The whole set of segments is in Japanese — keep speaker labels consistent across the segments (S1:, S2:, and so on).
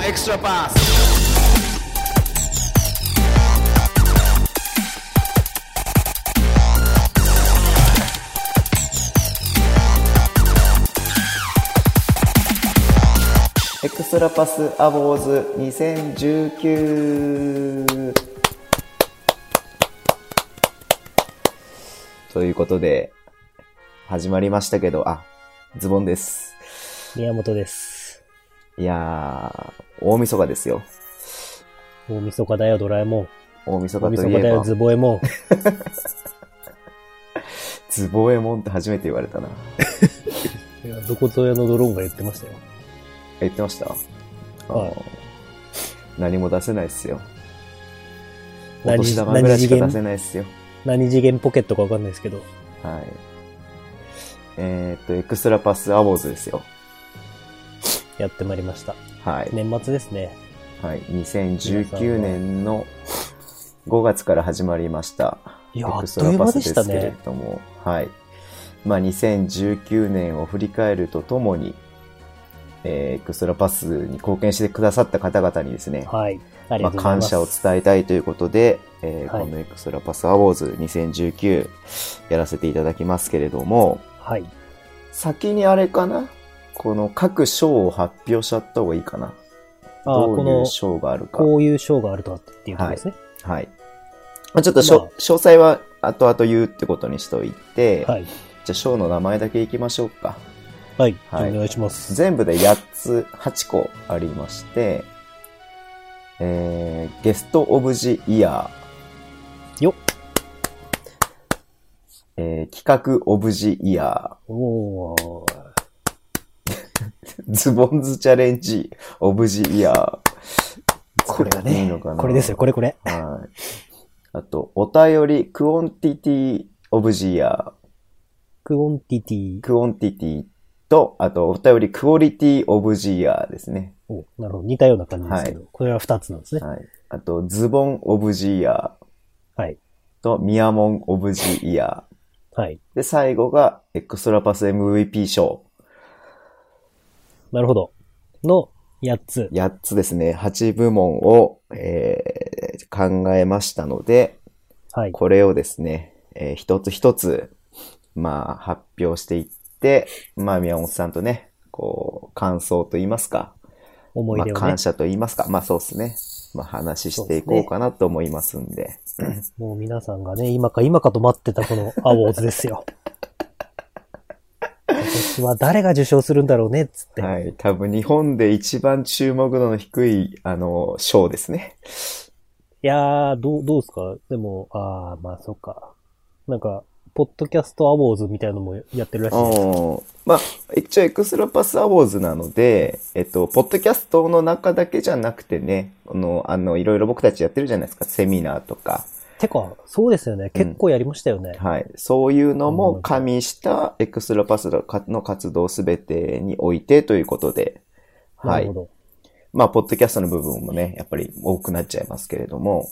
S1: Deixa eu passar.
S2: 「エクストラパスアボーズ2019」ということで始まりましたけどあズボンです
S3: 宮本です。
S2: いやー大晦日ですよ
S3: 大晦日だよ、ドラえもん。
S2: 大晦
S3: 大
S2: 日と
S3: 晦
S2: い
S3: 日だ
S2: え
S3: よ、
S2: ば
S3: ズボエモン。
S2: ズボエモンって初めて言われたない
S3: やどことやのドローンが言ってましたよ。
S2: 言ってました
S3: はい
S2: あー何も出せないっすよお
S3: 何
S2: 年玉ぐらいしか出
S3: 何次
S2: せ
S3: 元
S2: ないっすよ
S3: 何次元ポケットかわかんないですけど。
S2: はい。えーっと、エクストラパスアボーズですよ。
S3: やってまいりました。
S2: はい。
S3: 年末ですね。
S2: はい。2019年の5月から始まりました。
S3: い
S2: エ
S3: や
S2: クストラパスです
S3: あっと
S2: け
S3: いう間で
S2: れ
S3: したね
S2: ども、はい。まあ、2019年を振り返るとともに、えーエクストラパスに貢献してくださった方々にですね、
S3: はい。あり
S2: まあ、
S3: がとうござい
S2: 感
S3: ます。
S2: 謝を伝えたいということで、えー
S3: はい
S2: このエクストラパスアボーズ2019やらせていただきますけれども、
S3: はい。
S2: 先にあれかなこの各賞を発表しちゃった方がいいかな
S3: ああ、
S2: どう
S3: こ
S2: い
S3: の
S2: う、賞があるか。
S3: こういう賞があるとはっていうことですね。
S2: はい。まあちょっとしょ、
S3: まあ
S2: 詳細は後々言うってことにしといて、
S3: はい。
S2: じゃあ賞の名前だけいきましょうか。
S3: はい。
S2: はい
S3: お願いします。
S2: 全部で8つ、8個ありまして、えー、ゲスト・オブ・ジ・イヤー。
S3: よっ
S2: えー、企画・オブ・ジ・イヤ
S3: お
S2: ー。
S3: ー。
S2: ズボンズ・チャレンジ・オブ・ジ・イヤー。
S3: これがね
S2: いいのかな
S3: これですよ、これこれ。
S2: はい。あと、お便り、クオンティティオブジイヤ
S3: クオンティティ
S2: ー、。クオンティティと、あと、お便り、クオリティオブジイヤーですね。
S3: おなるほど。似たような感じですけど、これは二つなんですね。
S2: はい。あと、ズボンオブジイヤ
S3: はい。
S2: ーと、ミヤモンオブジイヤ
S3: はい。
S2: ー。で、最後が、エクストラパス MVP 賞。
S3: なるほど。の八つ。
S2: 8つですね。8部門を、えー、考えましたので、
S3: はい。
S2: これをですね、えー一つ一つ、まあ、発表していって、まあ、宮本さんとね、こう、感想と言いますか、
S3: 思い
S2: まあ
S3: 出、をね
S2: 感。謝と言いますか、まあ、そうですね。まあ、話していこうかなと思いますんで。
S3: もう皆さんがね、今か今かと待ってたこのアウォーズですよ。 今年は誰が受賞するんだろうねっつって。
S2: はい。多分、日本で一番注目度の低い、あの、賞ですね。
S3: いやー、どう、どうですかでも、あー、まあそっか。なんか、ポッドキャストアウォーズみたいなのもやってるらしいです。
S2: うん。まあ、一応、エクストラパスアワーズなので、えっと、ポッドキャストの中だけじゃなくてね、あの、あの、いろいろ僕たちやってるじゃないですか。セミナーとか。
S3: てか、そうですよね。結構やりましたよね。
S2: はい。そういうのも加味したエクストラパスの活動すべてにおいてということで、は
S3: なる
S2: い
S3: ほ。ど。
S2: まあ、ポッドキャストの部分もね、やっぱり多くなっちゃいますけれども、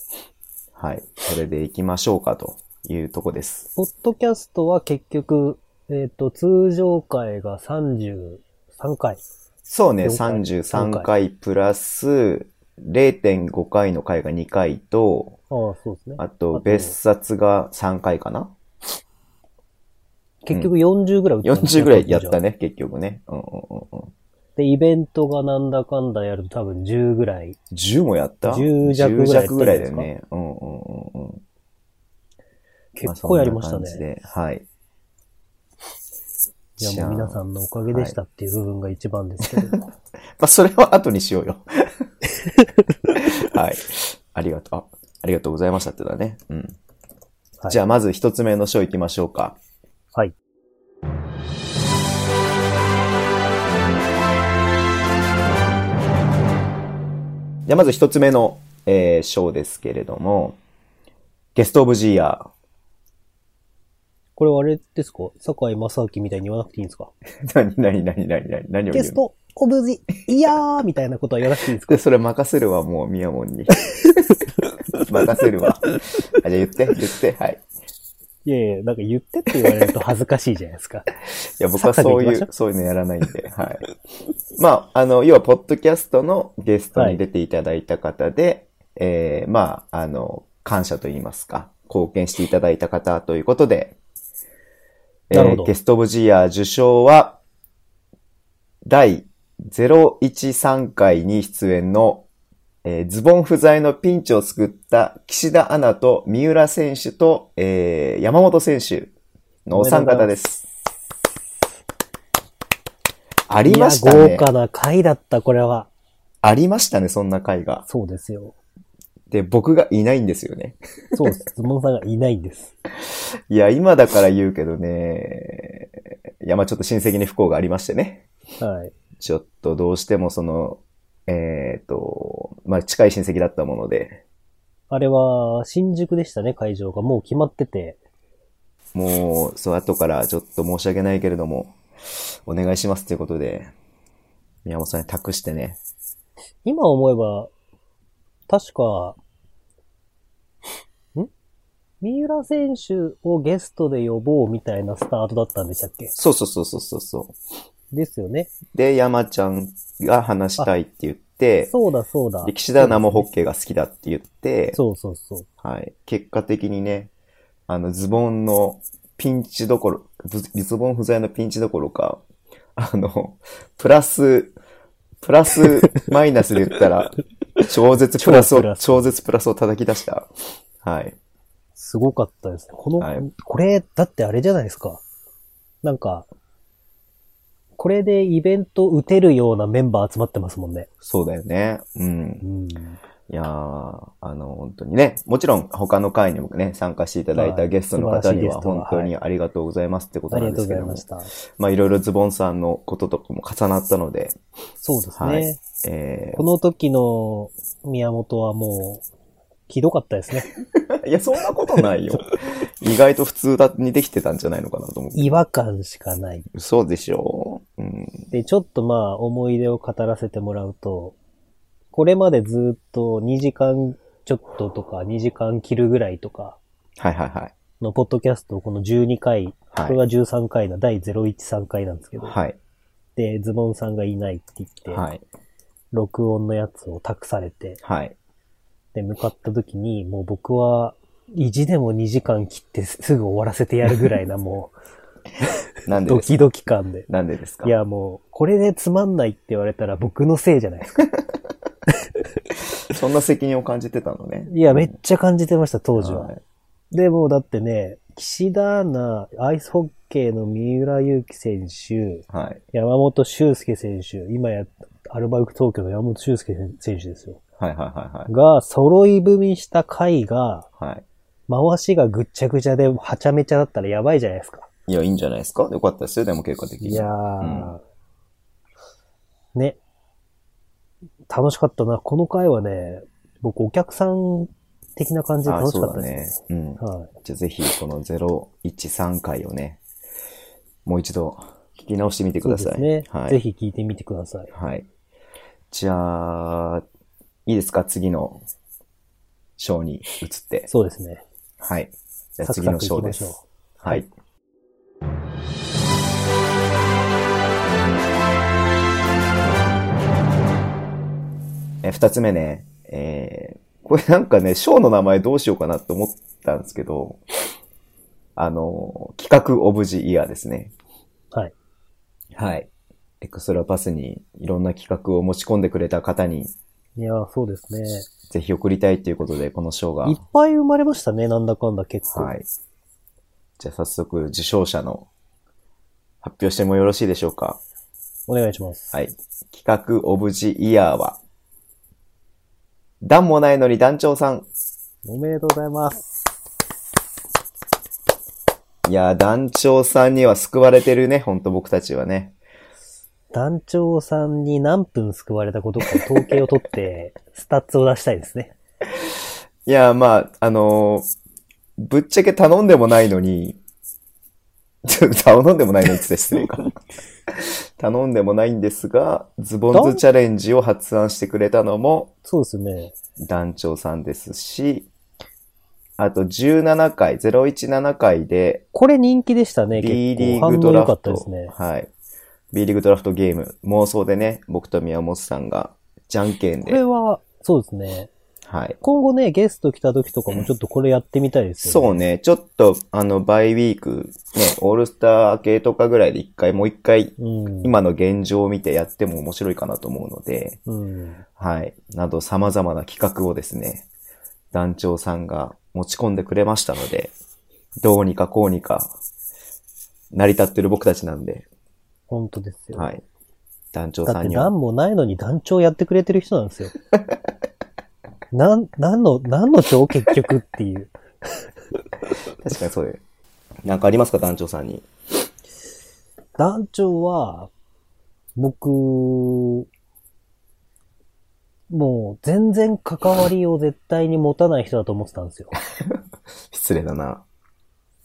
S2: はい。それで行きましょうかというとこです。
S3: ポッドキャストは結局、えっ、と、通常回が33回。
S2: そうね、
S3: 了解
S2: 33回プラス0.5回の回が2回と、
S3: ああ、そうですね。
S2: あ
S3: あ
S2: と
S3: と
S2: 別冊が3回かな
S3: 結局40ぐらい打ったんですね
S2: ?40 ぐらいやったね、結局ね。うんうんうんうん。
S3: で、イベントがなんだかんだやると多分10ぐらい。
S2: 10もやった
S3: 10弱ぐらいやったんじゃな
S2: 10
S3: いですか
S2: 弱ぐらいだよね。うんうんうんうん。
S3: 結構やりました
S2: あそんな感
S3: ね。
S2: じではい。
S3: いや、もう皆さ
S2: ん。
S3: んのおかげでしたっていう部分が一番ですけ ど。
S2: まあ、それは後にしようよ。 はい。ありがとう。あ、ありがとうございましたってだね。うん。
S3: はい
S2: じゃあ、まず一つ目の章行きましょうか。
S3: はい。
S2: じゃあ、まず一つ目の、えー、章ですけれども、ゲストオブジーヤー。
S3: これはあれですか坂井正明みたいに言わなくていいんですか
S2: 何、何、何、何、何、何を言
S3: ゲ
S2: う
S3: ス
S2: の
S3: ト、オブジ、いやーみたいなことは言わなくていいんですか
S2: で、それ任せるわ、もう、みや もんに。任せるわ。あ、じゃあ言って、言って、はい。
S3: いやいや、なんか言ってって言われると恥ずかしいじゃないです か。
S2: いや、僕はそう
S3: サクサク行
S2: い
S3: きましょ
S2: う、そういうのやらないんで、はい。まあ、あの、要は、ポッドキャストのゲストに出ていただいた方で、えーまあ、あの、感謝と言いますか、貢献していただいた方ということで、え
S3: なるほ
S2: ー、
S3: ど
S2: ゲストオブジイヤー受賞は、第013回に出演の、えーズボン不在のピンチを救った岸田アナと三浦選手と、えー山本選手のお三方です。ありました
S3: いや、
S2: ね
S3: 豪。華な回だった、これは。
S2: ありましたね、そんな回が。
S3: そうですよ。
S2: で、僕がいないんですよね。
S3: そうです。ズボンさんがいないんです。
S2: いや、今だから言うけどね、いや、まあちょっと親戚に不幸がありましてね。
S3: はい。
S2: ちょっとどうしてもその、えっ、と、まあ近い親戚だったもので、
S3: あれは、新宿でしたね、会場が。もう決まってて。
S2: もう、そう、後からちょっと申し訳ないけれども、お願いしますということで、宮本さんに託してね。
S3: 今思えば、確か、ん三浦選手をゲストで呼ぼうみたいなスタートだったんでしたっけ
S2: そうそうそうそうそうそ
S3: ですよね。
S2: う。で、山ちゃんが話したいって言って、
S3: そうだそうだ。
S2: で岸田アナもホッケーが好きだって言って、
S3: そうそうそう。
S2: はい。結果的にね、あの、ズボンのピンチどころ、ズズボン不在のピンチどころか、あの、プラス、プラス、マイナスで言ったら、超絶プラス
S3: 超プ
S2: を、
S3: ラス
S2: 超絶プラスを叩き出した。はい。
S3: すごかったですね。この、
S2: はい
S3: これ、だってあれじゃないですか。なんか、これでイベント打てるようなメンバー集まってますもんね。
S2: そうだよね。うん
S3: う。ん。
S2: いやーあの、本当にね、もちろん他の回にもね、参加していただい
S3: は
S2: た
S3: い
S2: ゲストの方に
S3: 素晴らしいゲ
S2: は
S3: ストは
S2: 本当にありがとうございますってこと
S3: あ
S2: な
S3: り
S2: ん
S3: が
S2: で
S3: とう
S2: す
S3: ご
S2: け
S3: ざい
S2: ども
S3: まし、た。
S2: まあいろいろズボンさんのこととかも重なったので、
S3: そうですね。
S2: はいえー
S3: この時の宮本はもう、ひどかったですね。
S2: いや、そんなことない よ。意外と普通だにできてたんじゃないのかなと思
S3: 違和感しかない。
S2: う。そうでしょう。うん。
S3: で、ちょっとまあ、思い出を語らせてもらうと、これまでずっと2時間ちょっととか、2時間切るぐらいとか
S2: はいはいはい。
S3: のポッドキャストをこの12回、
S2: はい
S3: これは13回だ、第013回なんですけど、
S2: はい。
S3: で、ズボンさんがいないって言って、
S2: はい。
S3: 録音のやつを託されて、
S2: はい。
S3: で、向かった時に、もう僕は、意地でも2時間切ってすぐ終わらせてやるぐらいな、も
S2: なん
S3: う、
S2: で
S3: ド
S2: です
S3: キドキ感で。
S2: なんでですか
S3: いや、もう、これでつまんないって言われたら僕のせいじゃないですか。
S2: そんな責任を感じてたのね。
S3: いや、めっちゃ感じてました、当時は。
S2: はい
S3: でも、だってね、岸田アナ、アイスホッケーの三浦祐希選手、
S2: はい。
S3: 山本修介選手、今や、アルバルク東京の山本修介選手ですよ。
S2: はいはいはい
S3: が、揃い踏みした回が、
S2: はい。はい。
S3: 回しがぐっちゃぐちゃで、はちゃめちゃだったらやばいじゃないですか。
S2: いや、いいんじゃないですかよかったですよ、でも結果的に。
S3: いやー。ね。楽しかったな。この回はね、僕お客さん的な感じで
S2: あ
S3: 楽し
S2: そ
S3: か
S2: う
S3: った
S2: だ
S3: で
S2: ね
S3: す。。
S2: うん。
S3: はい。
S2: じゃあぜひ、この013回をね、もう一度聞き直してみてください。
S3: そうですね。
S2: はい。
S3: ぜひ聞いてみてください。
S2: はい。じゃあ、いいですか次の章に移って。
S3: そうですね。
S2: はい。じゃあ
S3: サク
S2: 次
S3: サ
S2: の
S3: ク
S2: 章
S3: 行き
S2: で
S3: まし
S2: す。
S3: ょう。
S2: はい。え、二つ目ね。えー、これなんかね、章の名前どうしようかなと思ったんですけど、あの、企画オブジイヤーですね。
S3: はい。
S2: はい。エクストラパスにいろんな企画を持ち込んでくれた方に、
S3: いやー、そうですね。
S2: ぜひ送りたいということで、この賞が。
S3: いっぱい生まれましたね、なんだかんだ結構。
S2: はい。じゃあ早速、受賞者の発表してもよろしいでしょうか。
S3: お願いします。
S2: はい。企画オブジイヤーは、段もないのに団長さん。
S3: おめでとうございます。
S2: いやー、団長さんには救われてるね、ほんと僕たちはね。
S3: 団長さんに何分救われたことか統計を 取って、スタッツを出したいですね。
S2: いやー、まあ、あのーぶっちゃけ頼んでもないのに、 ちょっと頼んでもないのにって言って失礼か。 頼んでもないんですが、ズボンズチャレンジを発案してくれたのも
S3: そうですね。
S2: 団長さんですし、あと17回、017回で、
S3: これ人気でしたね、結
S2: B リ
S3: 構。
S2: ーグ
S3: 反
S2: ド
S3: 応良
S2: ラ
S3: か
S2: フ
S3: った
S2: ト。
S3: ですね。
S2: はい。B リーグドラフトゲーム。妄想でね、僕と宮本さんが、じゃんけん
S3: これ
S2: で。
S3: は、そうですね。
S2: はい。
S3: 今後ね、ゲスト来た時とかもちょっとこれやってみたいですよね。
S2: そうね、ちょっと、あの、バイウィーク、ね、オールスター明けとかぐらいで一回、もう一回、
S3: うん。
S2: 今の現状を見てやっても面白いかなと思うので、
S3: うん。
S2: はい。など様々な企画をですね、団長さんが持ち込んでくれましたので、どうにかこうにか、成り立ってる僕たちなんで、
S3: 本当ですよ。
S2: はい。団長
S3: だ
S2: さ
S3: っ
S2: ん
S3: て
S2: には
S3: 何もないのに団長やってくれてる人なんですよ。 なん、なんの、なんの長結局っていう。
S2: 確かにそうで。なんかありますか団長さんに。
S3: 団長は、僕、もう全然関わりを絶対に持たない人だと思ってたんですよ。
S2: 失礼だな。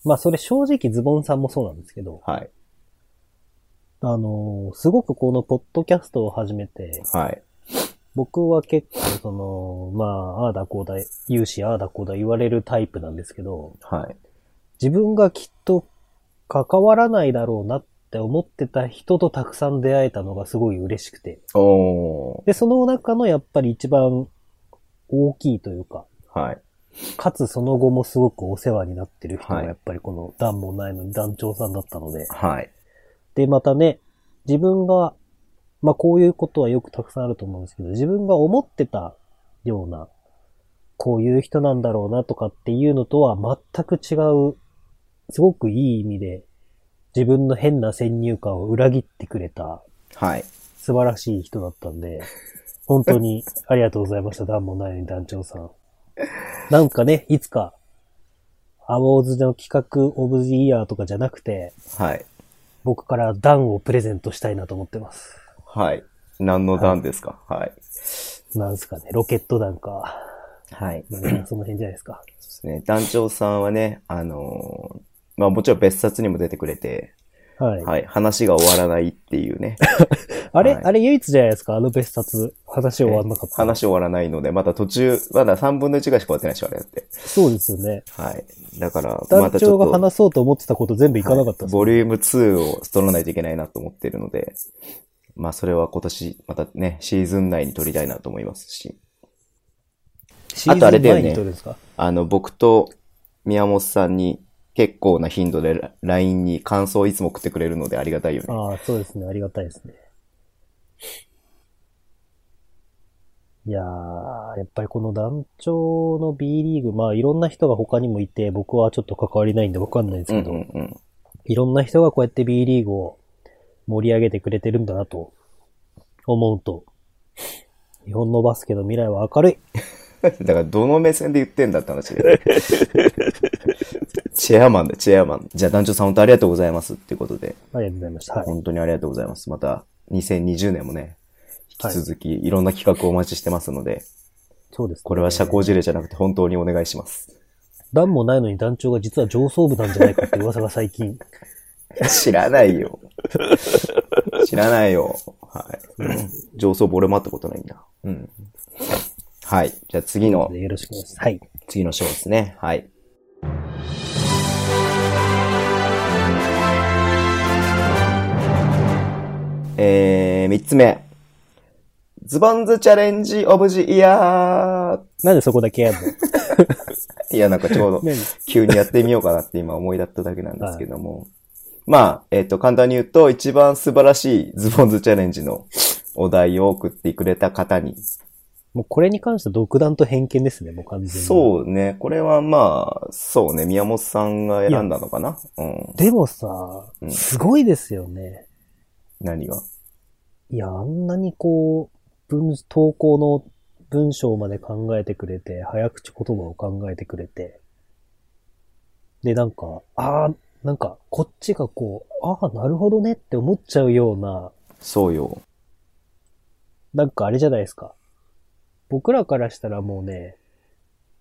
S3: まあそれ正直ズボンさんもそうなんですけど、
S2: はい。
S3: あのーすごくこのポッドキャストを始めて、
S2: はい。
S3: 僕は結構その、まあ、ああだこうだ、言うし、ああだこうだ言われるタイプなんですけど、
S2: はい。
S3: 自分がきっと関わらないだろうなって思ってた人とたくさん出会えたのがすごい嬉しくて。
S2: おー。
S3: で、その中のやっぱり一番大きいというか、
S2: はい。
S3: かつその後もすごくお世話になってる人が
S2: はい
S3: やっぱりこの段もないのに団長さんだったので。
S2: はい。
S3: で、またね、自分が、まあこういうことはよくたくさんあると思うんですけど、自分が思ってたような、こういう人なんだろうなとかっていうのとは全く違う、すごくいい意味で、自分の変な先入観を裏切ってくれた
S2: はい。
S3: 素晴らしい人だったんで、本当にありがとうございました、団もないのに団長さん。なんかね、いつか、アワーズの企画オブジイヤーとかじゃなくて、
S2: はい。
S3: 僕から段をプレゼントしたいなと思ってます。
S2: はい。何の段ですかはい。
S3: なんすかね、ロケット弾か。
S2: はい。
S3: まあその辺じゃないですか。
S2: ですね。団長さんはね、あのーまあもちろん別冊にも出てくれて、
S3: はい。
S2: はい。話が終わらないっていうね。
S3: あれ、
S2: はい
S3: あれ唯一じゃないですか、あの別冊。 話終わんなかった。
S2: 話終わらないので、まだ途中、まだ3分の1ぐらいしか終わってないでしょ、あれだって。
S3: そうですよね。
S2: はい。だから、ま
S3: 団
S2: たちょ
S3: 長
S2: っと。
S3: が話そうと思ってたこと全部いかなかったです。
S2: ボリューム2を取らないといけないなと思ってるので、まあそれは今年、またね、シーズン内に取りたいなと思いますし、
S3: シー
S2: あ
S3: ズン
S2: とあれだよね
S3: 前に撮るんですか
S2: あの、僕と宮本さんに結構な頻度でラ LINE に感想をいつも送ってくれるのでありがたいよね。
S3: ああ、そうですね。ありがたいですね。いやー、やっぱりこの団長の B リーグ、まあいろんな人が他にもいて、僕はちょっと関わりないんでわかんないんです
S2: うん
S3: け
S2: う
S3: ど、
S2: んうん。
S3: いろんな人がこうやって B リーグを盛り上げてくれてるんだなと思うと、日本のバスケの未来は明るい。
S2: だからどの目線で言ってんだって話で。 チェアマンだ、チェアマン。じゃあ団長さん本当ありがとうございますっていうことで、
S3: ありがとうございました。はい。
S2: 本当にありがとうございます。また2020年もね、引き続きいろんな企画をお待ちしてますので、
S3: そうです、
S2: これは社交辞令じゃなくて本当にお願いします。
S3: 団もないのに団長が実は上層部なんじゃないかって噂が最 近。
S2: 知らないよ。知らないよ。はい。上層部俺も会ったことないんだ。うん。はい。じゃあ次の、
S3: よろしくお願いします。はい。
S2: 次の章ですね。はい。えー、三つ目。ズボンズチャレンジオブジイヤー。
S3: なんでそこだけやん の
S2: いや、なんかちょう ど
S3: 何、
S2: 急にやってみようかなって今思い立っただけなんですけども。まあ、えっ、と、簡単に言うと、一番素晴らしいズボンズチャレンジのお題を送ってくれた方に。
S3: もうこれに関しては独断と偏見ですね、もう完全に。う。
S2: そうね。これはまあ、そうね。宮本さんが選んだのかなうん。
S3: でもさ
S2: う、ん
S3: すごいですよね。
S2: 何が。
S3: いや、あんなにこう、文、投稿の文章まで考えてくれて、早口言葉を考えてくれて。で、なんか、ああ、なんか、こっちがこう、ああ、なるほどねって思っちゃうような、
S2: そうよ。
S3: なんかあれじゃないですか。僕らからしたらもうね、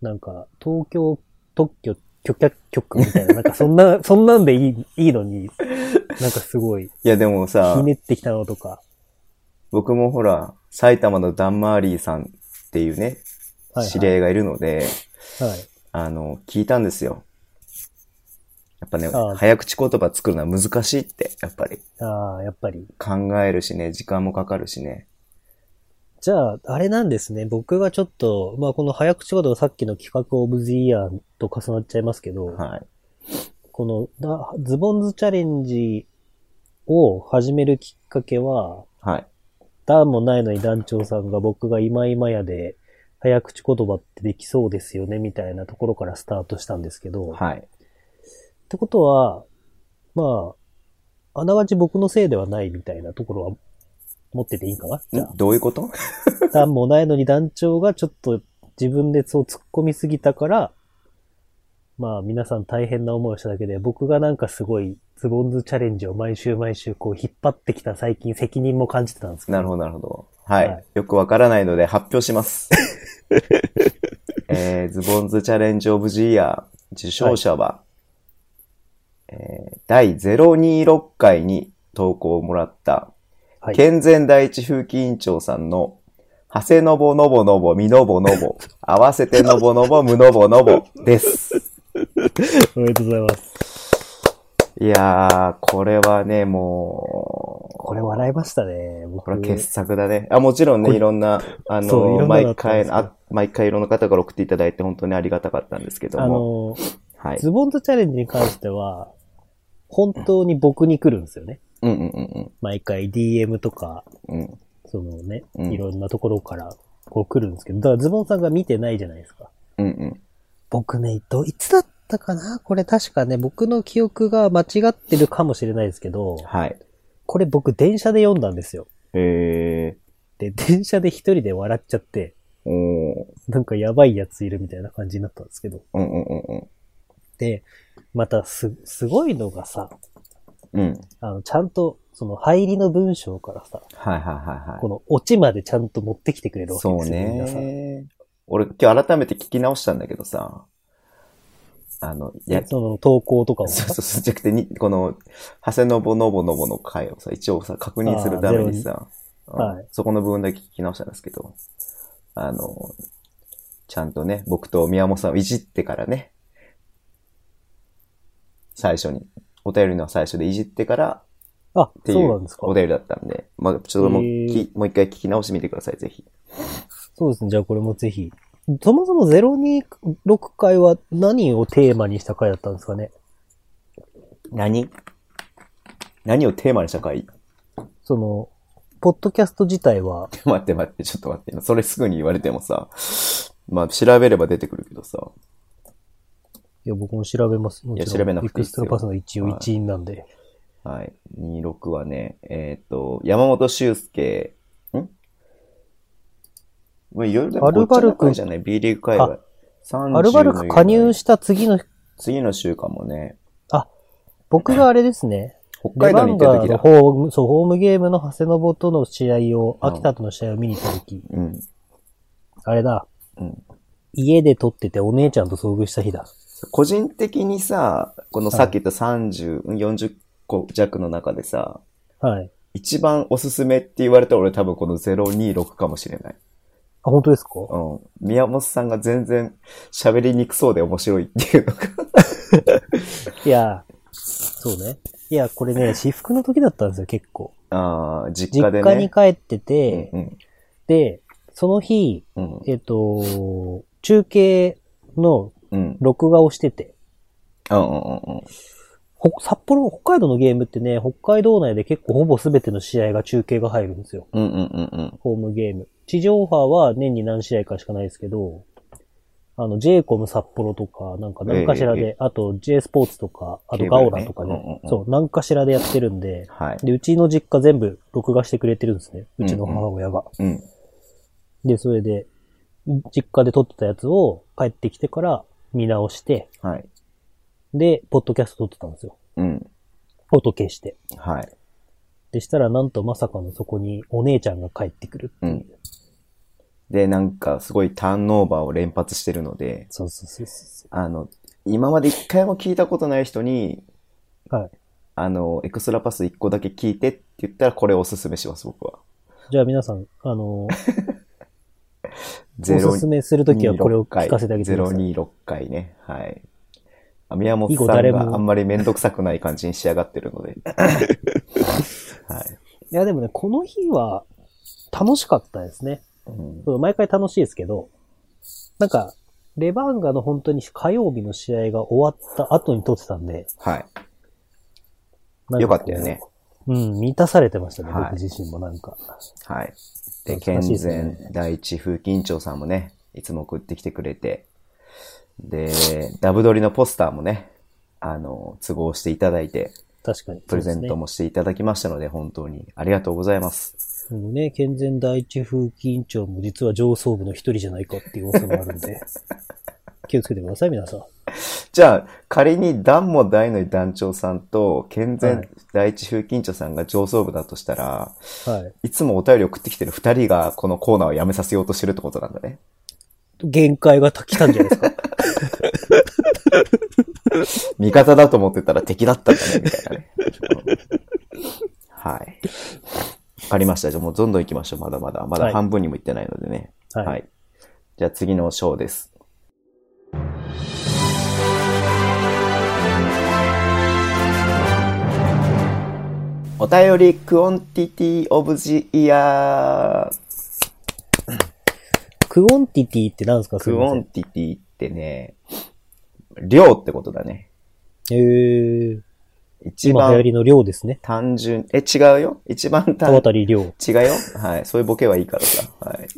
S3: なんか、東京特許許可局みたいな、なんかそんな、 そんなんでいい、いいのに、なんかすごい、
S2: いや、でも
S3: ひ
S2: さ、
S3: ねってきたのとか。
S2: 僕もほら、埼玉のダンマーリーさんっていうね、
S3: はい、はい。
S2: 指令がいるので、
S3: はい。
S2: あの、聞いたんですよ。やっぱね、
S3: あ
S2: 早口言葉作るのは難しいって、やっぱり。
S3: ああ、やっぱり。
S2: 考えるしね、時間もかかるしね。
S3: じゃあ、あれなんですね。僕がちょっと、まあこの早口言葉さっきの企画オブズイヤーと重なっちゃいますけど、
S2: はい。
S3: このだズボンズチャレンジを始めるきっかけは、
S2: はい。
S3: 団もないのに団長さんが僕が今今やで、早口言葉ってできそうですよね、みたいなところからスタートしたんですけど、
S2: はい。
S3: ってことは、まあ、あながち僕のせいではないみたいなところは持ってていいかなじゃ
S2: んどういうこと
S3: あ、団もないのに団長がちょっと自分でそう突っ込みすぎたから、まあ皆さん大変な思いをしただけで、僕がなんかすごいズボンズチャレンジを毎週毎週こう引っ張ってきた最近責任も感じてたんですけど。
S2: なるほど、なるほど。はい。
S3: はい
S2: よくわからないので発表し ます。えー、ズボンズチャレンジオブジーヤー受賞者は、えー、第026回に投稿をもらった、
S3: はい。
S2: 健全第一風紀委員長さんの、長谷のぼのぼのぼみのぼのぼ、合わせてのぼのぼむのぼのぼです。
S3: おめでとうございます。
S2: いやー、これはね、もう、
S3: これ笑いましたね。僕
S2: これは傑作だね。あ、もちろんね、いろんな、あ
S3: そうい
S2: の、
S3: ろんなの
S2: 毎
S3: あったんで
S2: 回
S3: す、よ
S2: あ、毎回いろんな方から送っていただいて本当にありがたかったんですけど
S3: あ
S2: も。
S3: の、
S2: はい。
S3: ズボンズチャレンジに関しては、本当に僕に来るんですよね。
S2: うんうんうん
S3: 毎回 DM とか、
S2: うん。うん。
S3: そのね、
S2: うん
S3: いろんなところからこう来るんですけど、だからズボンさんが見てないじゃないですか。
S2: うんうん。
S3: 僕ね、ど、いつだったかなこれ確かね、僕の記憶が間違ってるかもしれないですけど、
S2: はい。
S3: これ僕電車で読んだんですよ。
S2: え
S3: で、電車で一人で笑っちゃって、
S2: ー、おー。
S3: なんかやばいやついるみたいな感じになったんですけど。
S2: うんうんうん
S3: で、またす、すごいのがさ、
S2: うん。うん。
S3: あの、ちゃんと、その入りの文章からさ、
S2: はいはいはいはい
S3: こ。のオチまでちゃんと持ってきてくれるわけ
S2: そ
S3: で
S2: う
S3: すよ、皆さん。
S2: ね。俺今日改めて聞き直したんだけどさ、あの、いや、
S3: その投稿とかを
S2: そう
S3: さ
S2: そうそう、じゃなくてに、この、長谷のぼのぼのぼの回をさ、一応さ、確認するためにさ、
S3: あー
S2: うんそこの部分だけ聞き直したんですけど、あの、ちゃんとね、僕と宮本さんをいじってからね、最初に、お便りの最初でいじってから
S3: あ
S2: っ、てい
S3: そうな
S2: うん
S3: ですか
S2: お。便りだったんで、まあちょっともう、
S3: へー
S2: きもう一回聞き直してみてください、ぜひ。
S3: そうですね。じゃあこれもぜひ。そもそも026回は何をテーマにした回だったんですかね
S2: 何何をテーマにしたかい
S3: その、ポッドキャスト自体は、
S2: 待って待って、ちょっと待って。それすぐに言われてもさ、まあ調べれば出てくるけどさ、
S3: いや、僕も調べます。もちろん
S2: 調べなくていいっ
S3: エクス
S2: す
S3: ト
S2: よ
S3: ラパスの一応
S2: はい
S3: 一員なんで。
S2: はい。26はね、えっ、と、山本修介、んもういろいろでも
S3: アルバルク
S2: ごっちゃになっちゃうじゃない ?B リーグ界隈。30
S3: アルバルク加入
S2: し、
S3: した次の、
S2: 次の週かもね、
S3: 僕があれですね。
S2: 北海道に行った時
S3: レバンガーの
S2: だ。
S3: ホーム、そう、ホームゲームの長谷信との試合を、秋田との試合を見に行った時、
S2: うん。
S3: あれだ、
S2: うん
S3: 家で撮っててお姉ちゃんと遭遇した日だ。
S2: 個人的にさ、このさっき言った30、うん40個弱の中でさ、
S3: はい。
S2: 一番おすすめって言われたら俺多分この026かもしれない。
S3: あ、本当ですか
S2: うん。宮本さんが全然喋りにくそうで面白いっていうのが。
S3: いや、そうね。いや、こ れね、私服の時だったんですよ、結構。
S2: ああ、実
S3: 実
S2: 家でね。
S3: 家に帰ってて、
S2: うん
S3: で、その日、
S2: うん。うん。
S3: えっ、と、中継の
S2: うん。
S3: 録画をしてて、
S2: うんうんうんうん。
S3: ほ札幌、北海道のゲームってね、北海道内で結構ほぼ全ての試合が中継が入るんですよ。
S2: うんうんうん
S3: ホームゲーム。地上波は年に何試合かしかないですけど、あの、j コム札幌とか、なんか何かしら
S2: ええ
S3: で、あと J スポーツとか、あと
S2: ケー
S3: ガ
S2: ブルね
S3: オラとかね、
S2: うんうんうん
S3: そう、何かしらでやってるんで、
S2: はい。
S3: で、うちの実家全部録画してくれてるんですね。うちの母親が。
S2: うん。
S3: で、それで、実家で撮ってたやつを帰ってきてから見直して、
S2: はい。
S3: で、ポッドキャスト撮ってたんですよ。
S2: うん。
S3: 音消して。
S2: はい。
S3: でしたら、なんとまさかのそこにお姉ちゃんが帰ってくるっていう。
S2: うんで、なんか、すごいターンオーバーを連発してるので、
S3: そうそうそうそ
S2: あの、今まで一回も聞いたことない人に、
S3: う。はい。
S2: あの、エクストラパス一個だけ聞いてって言ったら、これをおすすめします、僕は。
S3: じゃあ皆さん、あのーおすすめするときはこれを聞かせてあげてください。
S2: 026回ね。はい。あ宮本
S3: 以後
S2: さん
S3: 誰
S2: が
S3: も
S2: あんまりめんどくさくない感じに仕上がってる ので。はい。
S3: いや、でもね、この日は楽しかったですね。
S2: うん
S3: うん毎回楽しいですけど、なんか、レバンガの本当に火曜日の試合が終わった後に撮ってたんで、
S2: はい。
S3: なん
S2: よ
S3: こ
S2: か
S3: う
S2: ったよね。。
S3: うん、満たされてましたね、
S2: はい
S3: 僕自身もなんか。
S2: はい。で、
S3: 懐
S2: 健
S3: かしいですね
S2: 全第一風紀委員長さんもね、いつも送ってきてくれて、で、ダブ撮りのポスターもね、あの、都合していただいて、
S3: 確かに。
S2: プレゼントもしていただきましたので、本当にありがとうございます。
S3: そうですね。うんね、健全第一風紀委員長も実は上層部の一人じゃないかっていう噂もある んで、気をつけてください、皆さん。
S2: じゃあ、仮にダンも大の団長さんと、健
S3: は
S2: 全
S3: い
S2: 第一風紀委員長さんが上層部だとしたら、
S3: はい。
S2: いつもお便り送ってきてる二人がこのコーナーをやめさせようとしてるってことなんだね。
S3: 限界が来たんじゃないで すか。
S2: 味方だと思ってたら敵だったんだね、みたいなね。はい。わかりました。じゃあもうどんどん行きましょう。まだまだ。ま
S3: は
S2: だ
S3: い
S2: 半分にも行ってないのでね。
S3: はい
S2: じゃあ次の章です。お便りクオンティティオブジイヤー。
S3: クオンティティって何ですか
S2: クオ
S3: ン。
S2: ンティティってね、量ってことだね。
S3: えー、
S2: 一
S3: 今流行
S2: 番
S3: りの量ですね。
S2: 単純、え、違うよ一番
S3: 田
S2: 単
S3: 渡り量。
S2: 違うよ。はい。そういうボケはいいからさ。 はい。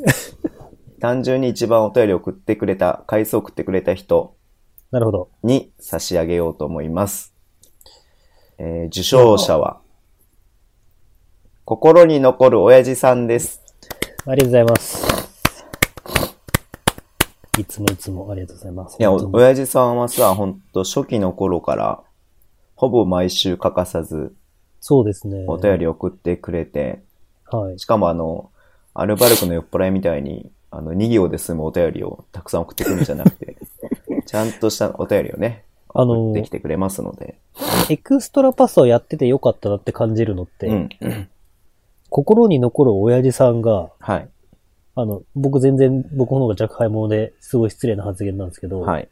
S2: 単純に一番お便りを送ってくれた、回数を送ってくれた人
S3: なるほど。
S2: に差し上げようと思います。えー受賞者は、心に残る親父さんです。
S3: ありがとうございます。いつもいつもありがとうございます。
S2: いや、
S3: 本
S2: お
S3: 当に
S2: 親父さんはさ、ほんと初期の頃から、ほぼ毎週欠かさず、
S3: そうですね。
S2: お便り送ってくれて、
S3: はい。
S2: しかもあの、アルバルクの酔っ払いみたいに、あの、2行で済むお便りをたくさん送ってくるんじゃなくて、 ちゃんとしたお便りをね、
S3: あのー
S2: 送ってきてくれますので。
S3: エクストラパスをやっててよかったなって感じるのって、
S2: うん。
S3: 心に残る親父さんが、
S2: はい。
S3: あの、僕全然、僕の方が若輩者ですごい失礼な発言なんですけど、
S2: はい。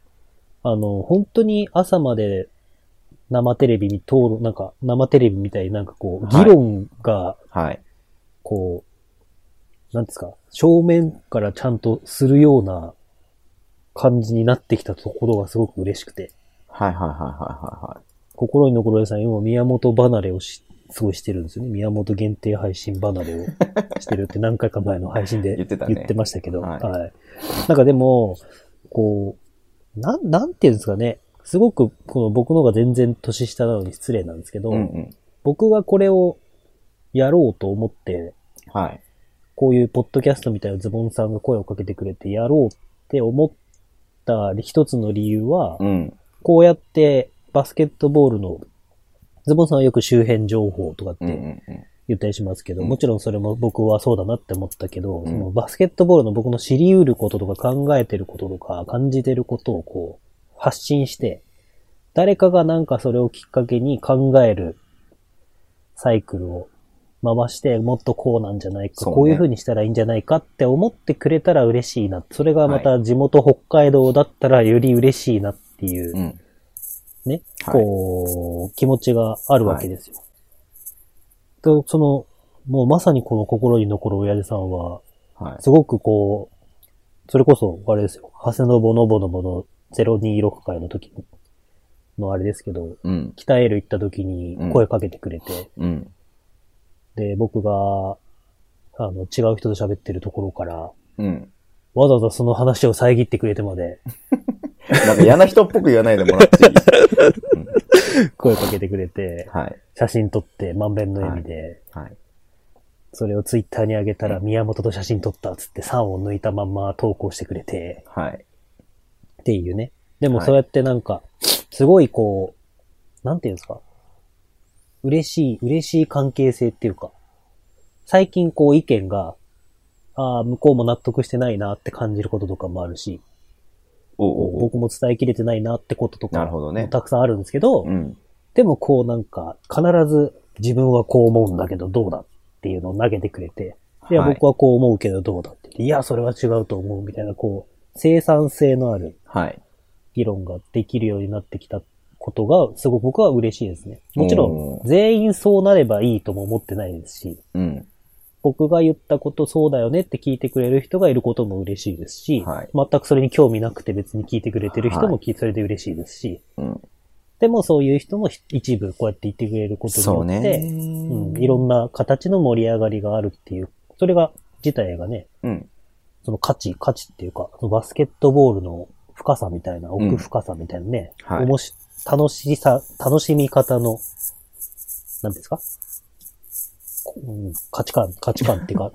S3: あの、本当に朝まで生テレビに通る、なんか生テレビみたいになんかこう、
S2: はい
S3: 議論が、
S2: はい。
S3: こう、なんですか、正面からちゃんとするような感じになってきたところがすごく嬉しくて、
S2: はいはいはいはいはいはい。
S3: 心に残る親父さん今宮本離れをし、すごいしてるんですよね。宮本限定配信 離れをしてるって何回か前の配信で
S2: 言ってたね
S3: 言ってましたけど、
S2: はい
S3: はい。なんかでも、こう、なん、なんていうんですかね。すごく、この僕の方が全然年下なのに失礼なんですけど、
S2: うんうん。
S3: 僕がこれをやろうと思って、
S2: はい。
S3: こういうポッドキャストみたいなズボンさんが声をかけてくれてやろうって思った一つの理由は、
S2: うん。
S3: こうやってバスケットボールの、ズボンさんはよく周辺情報とかっ
S2: うんうん
S3: て
S2: うん。
S3: 言ったりしますけど、
S2: うん
S3: もちろんそれも僕はそうだなって思ったけど、
S2: ん
S3: そのバスケットボールの僕の知り得ることとか考えてることとか感じてることをこう発信して、誰かがなんかそれをきっかけに考えるサイクルを回して、もっとこうなんじゃないか、
S2: そうね
S3: こういう風にしたらいいんじゃないかって思ってくれたら嬉しいな。それがまた地元北海道だったらより嬉しいなっていう。
S2: うん。
S3: ね、
S2: はい
S3: こう、気持ちがあるわけですよ。と、その、もうまさにこの心に残る親父さんは、
S2: はい。
S3: すごくこう、それこそ、あれですよ、長谷のぼのぼのぼの026回の時のあれですけど、
S2: うん。
S3: 北エール行った時に声かけてくれて、
S2: うん。
S3: で、僕が、あの、違う人と喋ってるところから、
S2: うん。
S3: わざわざその話を遮ってくれてま で、
S2: なんか嫌な人っぽく言わないでもら っていいうん
S3: 声かけてくれて、
S2: はい。
S3: 写真撮って、満遍の笑みで、
S2: はい。
S3: それをツイッターに上げたら、宮本と写真撮ったっつって、3を抜いたまんま投稿してくれて、
S2: はい。
S3: っていうね。でも
S2: はい
S3: そうやってなんか、すごいこう、なんていうんですか。嬉しい、嬉しい関係性っていうか、最近こう意見が、ああ、向こうも納得してないなって感じることとかもあるし、
S2: おうおうおう
S3: 僕も伝えきれてないなってことと
S2: なる
S3: か、
S2: ほどね。
S3: たくさんあるんですけど、
S2: うん。
S3: でもこうなんか、必ず自分はこう思うんだけどどうだっていうのを投げてくれて、いや、
S2: はい
S3: 僕はこう思うけどどうだって。いや、それは違うと思うみたいな、こう、生産性のある
S2: はい。
S3: 議論ができるようになってきたことが、すごく僕は嬉しいですね。もちろ
S2: お
S3: ん、全員そうなればいいとも思ってないですし、
S2: うん。
S3: 僕が言ったことそうだよねって聞いてくれる人がいることも嬉しいですし、
S2: はい
S3: 全くそれに興味なくて別に聞いてくれてる人もきそれで嬉しいですし、
S2: うん。
S3: でもそういう人も一部こうやって言ってくれることに
S2: そう
S3: よっ
S2: ね。
S3: て、うん、いろんな形の盛り上がりがあるっていう、それが自体がね、
S2: うん。
S3: その価値、価値っていうか、そのバスケットボールの深さみたいな、奥深さみたいなね、
S2: はい
S3: おもし楽しさ、楽しみ方の、なんですか、こうん、価値観、価値観ってい うか、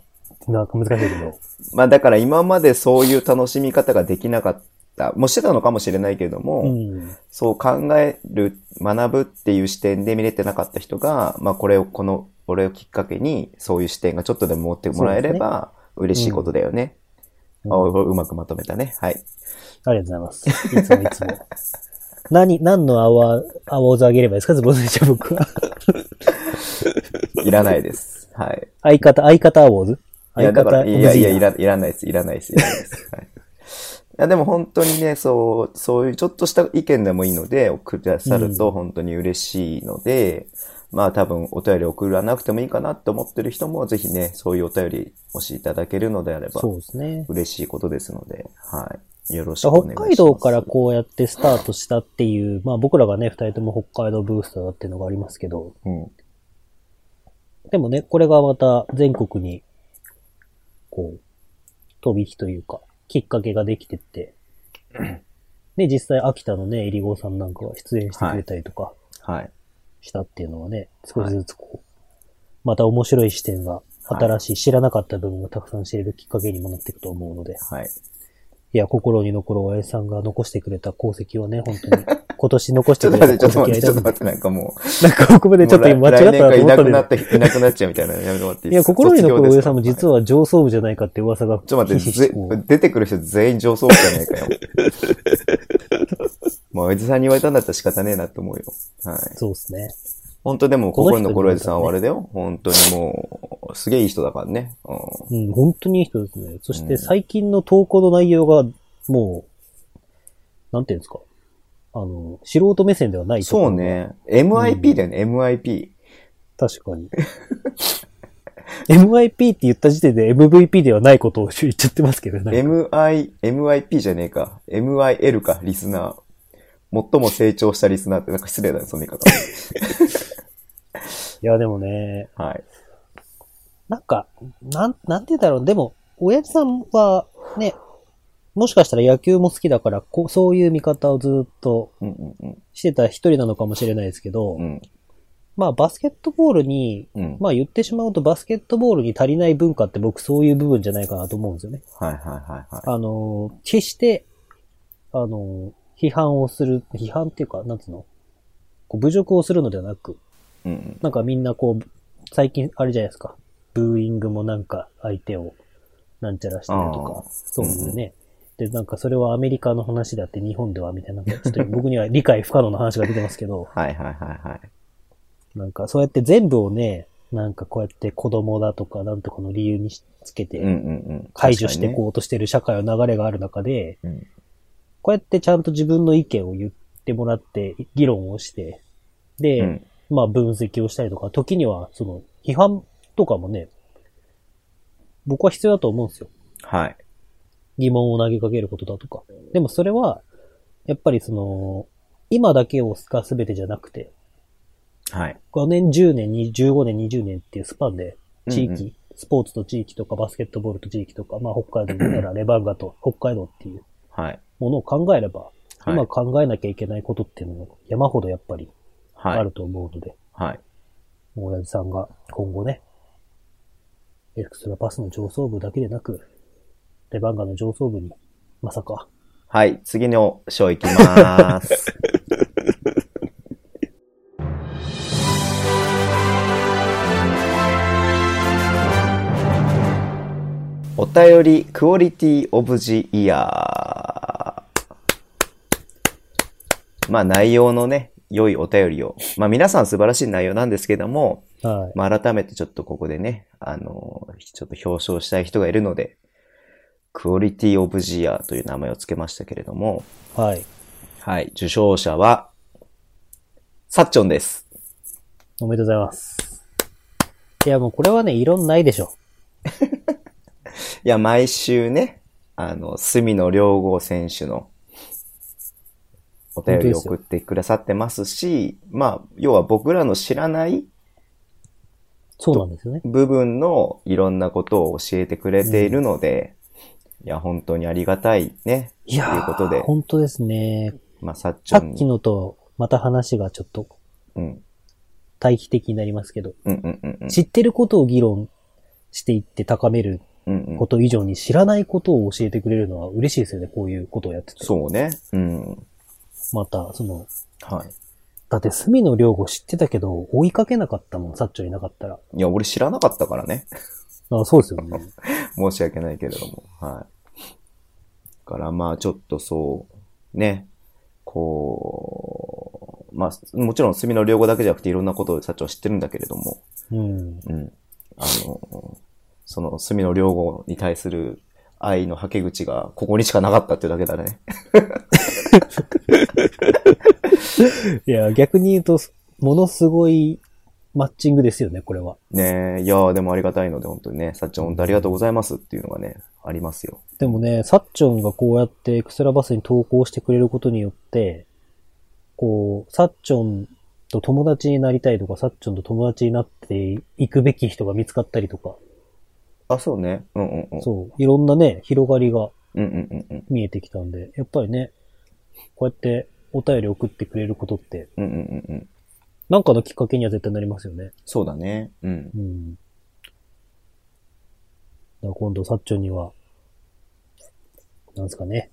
S3: なんか難しいけど、
S2: まあだから今までそういう楽しみ方ができなかった、もうしてたのかもしれないけれども、
S3: うん、
S2: そう考える、学ぶっていう視点で見れてなかった人が、まあこれを、この、これをきっかけに、そういう視点がちょっとでも持ってもらえれば、嬉しいことだよね。
S3: うん
S2: あうまくまとめたね。はい。
S3: ありがとうございます。いつもいつも。何、何の泡、泡をあげればいいですかズボンさんじゃあ僕は。
S2: いらないです。はい。
S3: 相方、相方アウォーズ
S2: いや、
S3: 相
S2: だか
S3: 方
S2: ら、いやいや、い
S3: MZ
S2: らいらないです。いらないです。いらない です。はい。いや、でも本当にね、そう、そういうちょっとした意見でもいいので、くださると本当に嬉しいので、まあ多分お便り送らなくてもいいかなって思ってる人も、ぜひね、そういうお便りもしいただけるのであれば、
S3: そうですね。
S2: 嬉しいことですので、はい。よろしくお願いします。
S3: 北海道からこうやってスタートしたっていう、まあ僕らがね、二人とも北海道ブースターだっていうのがありますけど、
S2: うん。
S3: でもね、これがまた全国に、こう、飛び火というか、きっかけができ てって、で、実際秋田のね、えりごさんなんかが出演してくれたりとか
S2: はい。
S3: したっていうのはね、少しずつこう、また面白い視点が、新しい、知らなかった部分がたくさん知れるきっかけにもなっていくと思うので、
S2: はい。
S3: いや、心に残る親父さんが残してくれた功績をね、本 当に。今年残し
S2: ち
S3: て
S2: ょっ
S3: く
S2: と
S3: れ
S2: 待
S3: た
S2: って、ちょっと
S3: 功績
S2: 待って、
S3: は
S2: ちょっと待って、なんかもう。
S3: なんか僕もね、ちょっと今間違ったな
S2: 来
S3: と思った
S2: 年
S3: ん
S2: か
S3: だ
S2: いなくなって、いなくなっちゃうみたいなのやめてもらってい
S3: い
S2: いで
S3: や、
S2: すか
S3: 心に残る親父さんも
S2: は
S3: 実は上層部じゃないかって噂が。
S2: ちょっと待って、
S3: ひしひし
S2: ぜ
S3: こう
S2: 出てくる人全員上層部じゃない かよ。もう、おじさんに言われたんだったら仕方ねえなと思うよ。はい。
S3: そうですね。
S2: 本当でも、
S3: この人
S2: 心の心得さんはあれだよ。本当にもう、すげえいい人だからね。うん。
S3: うん、本当にいい人ですね。そし
S2: う
S3: て
S2: ん
S3: 最近の投稿の内容が、もう、なんていうんですか。あの、素人目線ではないところ
S2: そう。ね。MIP だよね、MIP。
S3: 確かに。MIP って言った時点で MVP ではないことを言っちゃってますけどね。
S2: MI、MIP じゃねえか。MIL か、リスナー。最も成長したリスナーって、なんか失礼だね、その言い方。
S3: いや、でもね、
S2: はい。
S3: なんか、なん、なんて言うんだろう。でも、親父さんは、ね、もしかしたら野球も好きだから、こう、そういう見方をずっと
S2: うんうん
S3: してた一人なのかもしれないですけど、
S2: うん。うん。
S3: まあ、バスケットボールに、
S2: うん。
S3: まあ言ってしまうとバスケットボールに足りない文化って僕そういう部分じゃないかなと思うんですよね。
S2: はいはいはいはい。
S3: あのー、決して、あのー、批判をする、批判っていうか、なんつうの、こう侮辱をするのではなく、
S2: うんうん。
S3: なんかみんなこう、最近あれじゃないですか。ブーイングもなんか相手をなんちゃらしてると
S2: あ
S3: か
S2: ー、
S3: そうですね。で、なんかそれはアメリカの話であって日本ではみたいな、なん かちょっと僕には理解不可能な話が出てますけど、
S2: はいはいはいはい。
S3: なんかそうやって全部をね、なんかこうやって子供だとかなんとかの理由につけ
S2: うん
S3: て
S2: うんうん。
S3: 解除してこうとしてる社会の流れがある中で、
S2: 確かにね。
S3: こうやってちゃんと自分の意見を言ってもらって、議論をして、で、
S2: うん。うん
S3: まあ分析をしたりとか、時にはその批判とかもね、僕は必要だと思うんですよ。
S2: はい。
S3: 疑問を投げかけることだとか。でもそれは、やっぱりその、今だけをが全てじゃなくて、
S2: はい。
S3: 5年、10年、に15年、20年っていうスパンで、地域、
S2: うん
S3: スポーツと地域とかバスケットボールと地域とか、まあ北海道ならレバンガと北海道っていう
S2: はい。
S3: ものを考えれば、
S2: はい
S3: 今考えなきゃいけないことっていうのが山ほどやっぱりあ
S2: はい
S3: る。と思うので、
S2: はい。
S3: 親父さんが今後ね、エクストラパスの上層部だけでなく、レバンガの上層部に、まさか、
S2: はい。次の章いきまーす。 お便りクオリティオブジイヤー。まあ内容のね、良いお便りを。まあ皆さん素晴らしい内容なんですけども、
S3: はい。
S2: まあ、改めてちょっとここでね、あの、ちょっと表彰したい人がいるので、クオリティオブジアという名前を付けましたけれども、
S3: はい。
S2: はい、受賞者は、サッチョンです。
S3: おめでとうございます。いや、もうこれはね、異論ないでしょ。
S2: いや、毎週ね、あの、隅野良吾選手のお便りを送ってくださってますし、まあ、要は僕らの知らない
S3: そうなんですよね。
S2: 部分のいろんなことを教えてくれているので、いや、本当にありがたいね。
S3: いや
S2: ということで
S3: ー、本当ですね。
S2: まあ、サッチ
S3: さ
S2: ョ
S3: っ
S2: ン
S3: き
S2: に。
S3: のと、また話がちょっと、
S2: うん。
S3: 対比的になりますけど、
S2: うんうんうんうん。
S3: 知ってることを議論していって高める
S2: うんうん
S3: こと以上に知らないことを教えてくれるのは嬉しいですよね、こういうことをやってて。
S2: そうね。うん。
S3: また、その、
S2: はい。
S3: だって隅野良吾知ってたけど、追いかけなかったもん、サッチョいなかったら。
S2: いや、俺知らなかったからね。
S3: あそうですよね。
S2: 申し訳ないけれども。はい。だからまあちょっとそう、ね、こう、まあもちろん墨の両語だけじゃなくていろんなことを社長知ってるんだけれども、
S3: うん。
S2: うん。あの、その墨の両語に対する愛のはけ口がここにしかなかったっていうだけだね。
S3: いや、逆に言うと、ものすごいマッチングですよね、これは。
S2: ねえ、いやーでもありがたいので本当にね、社長本当ありがとうございますっていうのがね、ありますよ。
S3: でもね、サッチョンがこうやってエクストラバスに投稿してくれることによって、こう、サッチョンと友達になりたいとか、サッチョンと友達になっていくべき人が見つかったりとか、
S2: あ、そうね。うんうんうん。
S3: そう、いろんなね、広がりが
S2: うんうんうんうん。
S3: 見えてきたんで、やっぱりね、こうやってお便り送ってくれることって、
S2: うんうんうんうん。
S3: なんかのきっかけには絶対なりますよね。
S2: そうだね。うん。
S3: うん。だから今度、サッチョンには、なんですかね、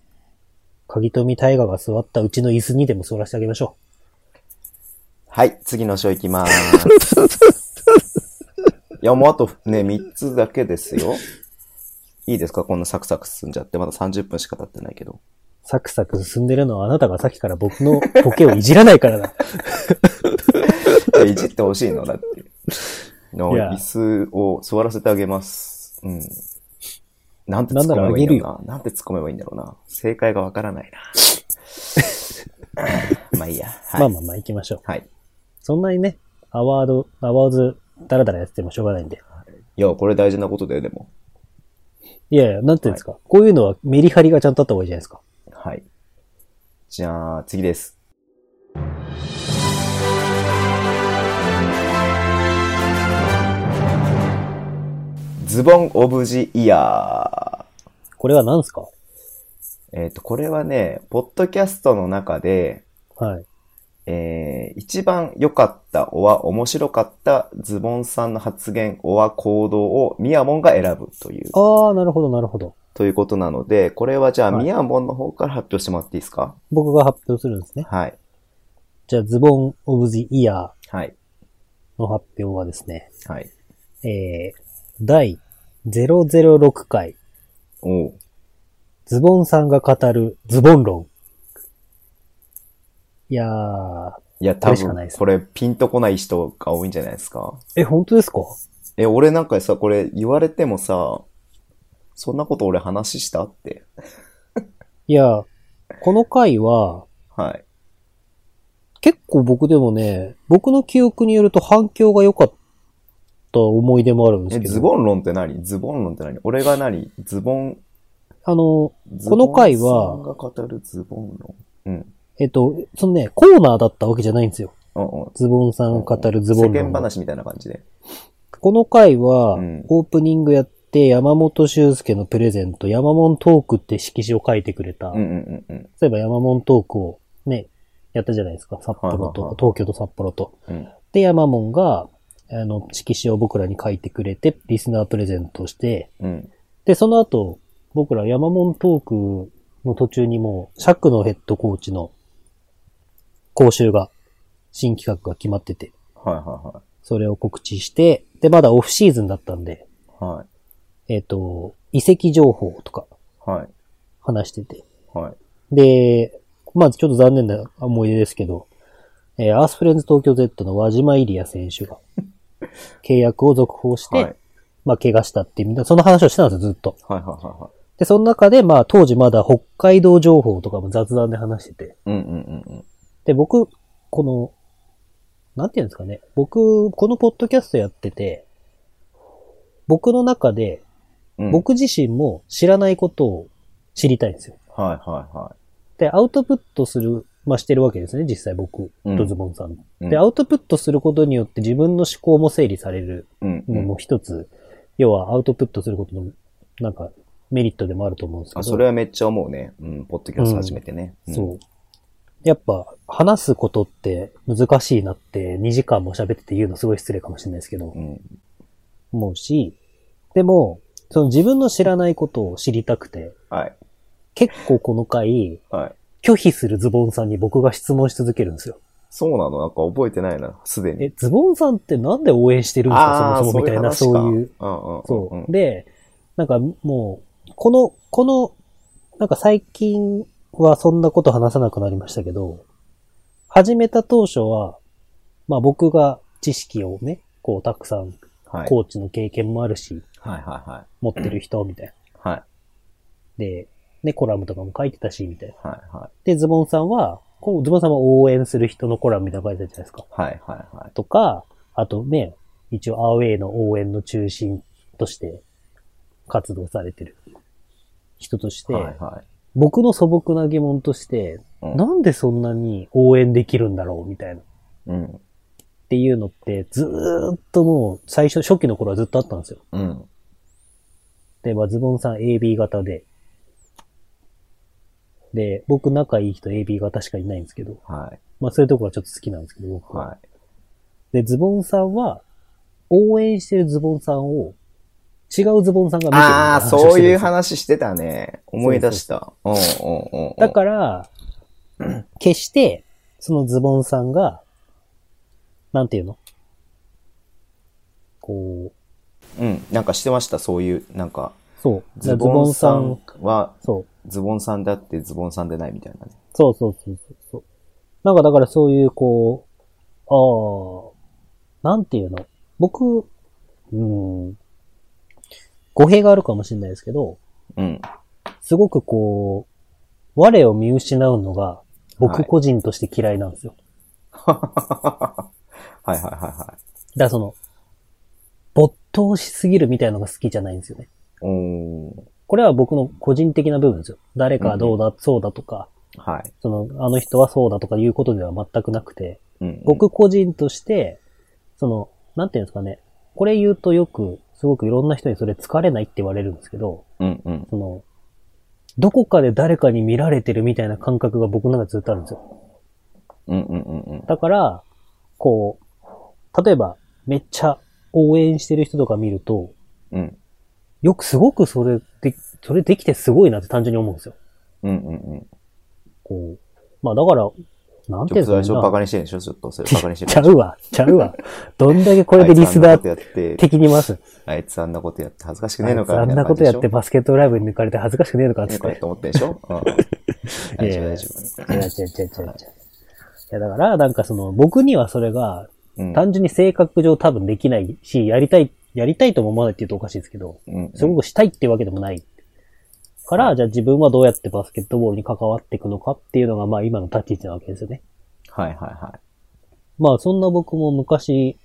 S3: 鍵富大河が座ったうちの椅子にでも座らせてあげましょ
S2: はい、次の章いきまーす。いや、もうあとね、3つだけですよ。いいですかこんなサクサク進んじゃって。まだ30分しか経ってないけど。
S3: う。サクサク進んでるのはあなたがさっきから僕の ボケをいじらないからだ。
S2: いやいじってほしいのだって。の、
S3: いや
S2: 椅子を座らせてあげます。うん。なんて突
S3: な
S2: っ込
S3: んなら
S2: めばいい
S3: あげ
S2: ん
S3: る
S2: だろうな。なんて突っ込めばいいんだろうな。正解がわからない な。まあいいや。はい。
S3: まあまあまあ行きましょう。
S2: はい。
S3: そんなにね、アワード、アワーズ、ダラダラやっててもしょうがないんで。
S2: いや、これ大事なことだよ、でも。
S3: いやいや、なんていうんですか。こういうのはメリハリがちゃんとあった方がいいじゃないですか。
S2: はい。じゃあ、次です。ズボンオブジイヤ
S3: これは何すか
S2: ー。えっ、と、これはね、ポッドキャストの中で、
S3: はい。
S2: えー、一番良かった、おは面白かった、ズボンさんの発言、おは行動をミヤモンが選ぶという、
S3: ああ、なるほど、なるほど。
S2: ということなので、これはじゃあ、
S3: はい
S2: ミヤモンの方から発表してもらっていいですか
S3: 僕が発表するんですね。
S2: はい。
S3: じゃあ、ズボン・オブ・ジ・イヤー
S2: はい。
S3: の発表はですね、
S2: はい。
S3: えー、第006回、
S2: おう。
S3: ズボンさんが語るズボン論。いやー、
S2: いや、
S3: こ
S2: 多
S3: れしかない
S2: 分
S3: で、す
S2: これ、ピンとこない人が多いんじゃないですか。
S3: え、本当ですか
S2: え、俺なんかさ、これ言われてもさ、そんなこと俺話したって。
S3: いやー、この回は、
S2: はい。
S3: 結構僕でもね、僕の記憶によると反響が良かった思い出もあるんです
S2: え、
S3: けど。
S2: ズボン論って何ズボン論って何俺が何ズボン、
S3: あの、
S2: ズ
S3: こ
S2: ボン
S3: の回は
S2: さんが語るズボン論。うん。
S3: えっと、そのね、コーナーだったわけじゃないんですよ。
S2: うんうん。
S3: ズボンさんが語るズボ
S2: 世
S3: ン論。
S2: 間話みたいな感じで。
S3: この回は
S2: うん、
S3: オープニングやって、山本修介のプレゼント、山本トークって色紙を書いてくれた。
S2: うんうんうんうん。
S3: 例えば山本トークをね、やったじゃないですか。札幌
S2: はいはいはい
S3: と、東京と札幌と。
S2: うん。
S3: で、山本が、あの、色紙を僕らに書いてくれて、リスナープレゼントして、
S2: うん。
S3: で、その後、僕ら山本トークの途中にもう、釈のヘッドコーチの講習が、新企画が決まってて、
S2: はいは
S3: それを告知して、で、まだオフシーズンだったんで、
S2: いはい。はい。
S3: えっ、と、遺跡情報とか
S2: はい。
S3: 話してて。
S2: はい。
S3: で、まずちょっと残念な思い出ですけど、えーアースフレンズ東京 Z の輪島イリア 選手が、契約を続報して、
S2: はい。はい
S3: まあ、怪我したってみんな、その話をしてたんですよ、ずっと。
S2: はいは
S3: で、その中で、まあ、当時まだ北海道情報とかも雑談で話してて。
S2: うんうんうん
S3: で、僕、この、なんていうんですかね。僕、このポッドキャストやってて、僕の中で、
S2: うん。うん、
S3: 僕自身も知らないことを知りたいんですよ。
S2: はいはいは
S3: で、アウトプットする、まあ、してるわけですね、実際僕
S2: うん
S3: とズボンさんも。
S2: うん
S3: で、アウトプットすることによって自分の思考も整理される
S2: い。うん、う
S3: の
S2: ん。
S3: も一つ、要はアウトプットすることの、なんか、メリットでもあると思うんですけ
S2: あ、
S3: ど。
S2: それはめっちゃ思うね。うん、ポッドキャスト始めてね。ん
S3: そう。やっぱ、話すことって難しいなって、2時間も喋ってて言うのすごい失礼かもしれないですけど
S2: う、ん。
S3: 思うし、でも、その自分の知らないことを知りたくて、
S2: はい。
S3: 結構この回、
S2: はい。
S3: 拒否するズボンさんに僕が質問し続けるんですよ。
S2: そうなのなんか覚えてないな、すでに。
S3: え、ズボンさんってなんで応援してるんですか
S2: ー
S3: そもそもみたいな、
S2: そ
S3: そう
S2: いう
S3: うい
S2: 話
S3: う。
S2: か。うんうんうん。
S3: そうう。
S2: ん。
S3: で、なんかもう、この、この、なんか最近はそんなこと話さなくなりましたけど、始めた当初は、まあ僕が知識をね、こうたくさん、
S2: はい。
S3: コーチの経験もあるし、
S2: はいはいはい。
S3: 持ってる人みたいな。
S2: はい
S3: で、ね、コラムとかも書いてたし、みたいな。
S2: はいはい。
S3: で、ズボンさんは、こうズボンさんは応援する人のコラムみたいなの書いてたじゃないですか。
S2: はいはいはい。
S3: とか、あとね、一応アウェイの応援の中心として活動されてる人として、
S2: はいはい。
S3: 僕の素朴な疑問として、
S2: うん
S3: なんでそんなに応援できるんだろうみたいな。っ
S2: うん。
S3: ていうのって、ずーっともう、最初、初期の頃はずっとあったんですよ。
S2: うん。
S3: で、まあ、ズボンさん AB 型で、で、僕仲いい人 AB 型しかいないんですけど、
S2: はい。
S3: まあ、そういうところはちょっと好きなんですけど、僕は。
S2: は
S3: で、ズボンさんは、応援してるズボンさんを、違うズボンさん
S2: い。
S3: が見てるみたいな
S2: ああ、
S3: 話をしてるん
S2: そう
S3: です
S2: い
S3: よ
S2: う話してたね。思い出した。うんうんうんうん。
S3: だから、決して、そのズボンさんが、なんていうのこ
S2: うん。なんかしてました、そういう、なんか。
S3: う、そう。
S2: ズボンさんは、
S3: そう。
S2: ズボンさんだってズボンさんでないみたいなね。
S3: そうそうそうそうそう。なんかだからそういう、こう、ああ、なんていうの僕、うーん、語弊があるかもしれないですけど、
S2: うん。
S3: すごくこう、我を見失うのが、
S2: は
S3: 僕
S2: い
S3: 個人として嫌いなんですよ。
S2: はいはいはいはい。
S3: だからその、没頭しすぎるみたいなのが好きじゃないんですよね。
S2: おー。
S3: これは僕の個人的な部分ですよ。誰かはどうだ、そうだとか、
S2: はい。
S3: その、あの人はそうだとかいうことでは全くなくて、
S2: うんうん。
S3: 僕個人として、その、なんていうんですかね、これ言うとよく、すごくいろんな人にそれ疲れないって言われるんですけど、
S2: うんうん。
S3: その、どこかで誰かに見られてるみたいな感覚が僕の中でずっとあるんですよ。
S2: うんうんうんうん。
S3: だから、こう、例えば、めっちゃ応援してる人とか見ると、
S2: うん。
S3: よくすごくそれで、それできてすごいなって単純に思うんですよ。
S2: うんうんうん。
S3: こう。まあだから、なん
S2: ち
S3: てい
S2: ょ
S3: う
S2: っと最
S3: んで
S2: 初
S3: すかね
S2: バカにしてるでしょちょっとそれバカにしてる。
S3: ちゃうわ、ちゃうわ。どんだけこれでリスナー
S2: あいつあんなことやって、
S3: 的にます。
S2: あいつあんなことやって恥ずかしく
S3: あ
S2: ねえの
S3: い
S2: か
S3: つあんなことやって
S2: ば
S3: バスケットライブに抜かれて恥ずかしくねえのかっつ
S2: ねえ
S3: っ
S2: か
S3: て。
S2: と思ってんでしょうん
S3: い
S2: 大丈
S3: やい
S2: 夫
S3: や
S2: 大
S3: い
S2: 丈夫。
S3: や違う違う違う違う。いやだから、なんかその、僕にはそれが、
S2: うん
S3: 単純に性格上多分できないし、やりたい、やりたいとも思わないって言うとおかしいですけど、
S2: うん
S3: すごくしたいっていうわけでもない。から、じゃあ自分はどうやってバスケットボールに関わっていくのかっていうのが、まあ今の立ち位置なわけですよね。
S2: はいはいは
S3: まあそんな僕も昔、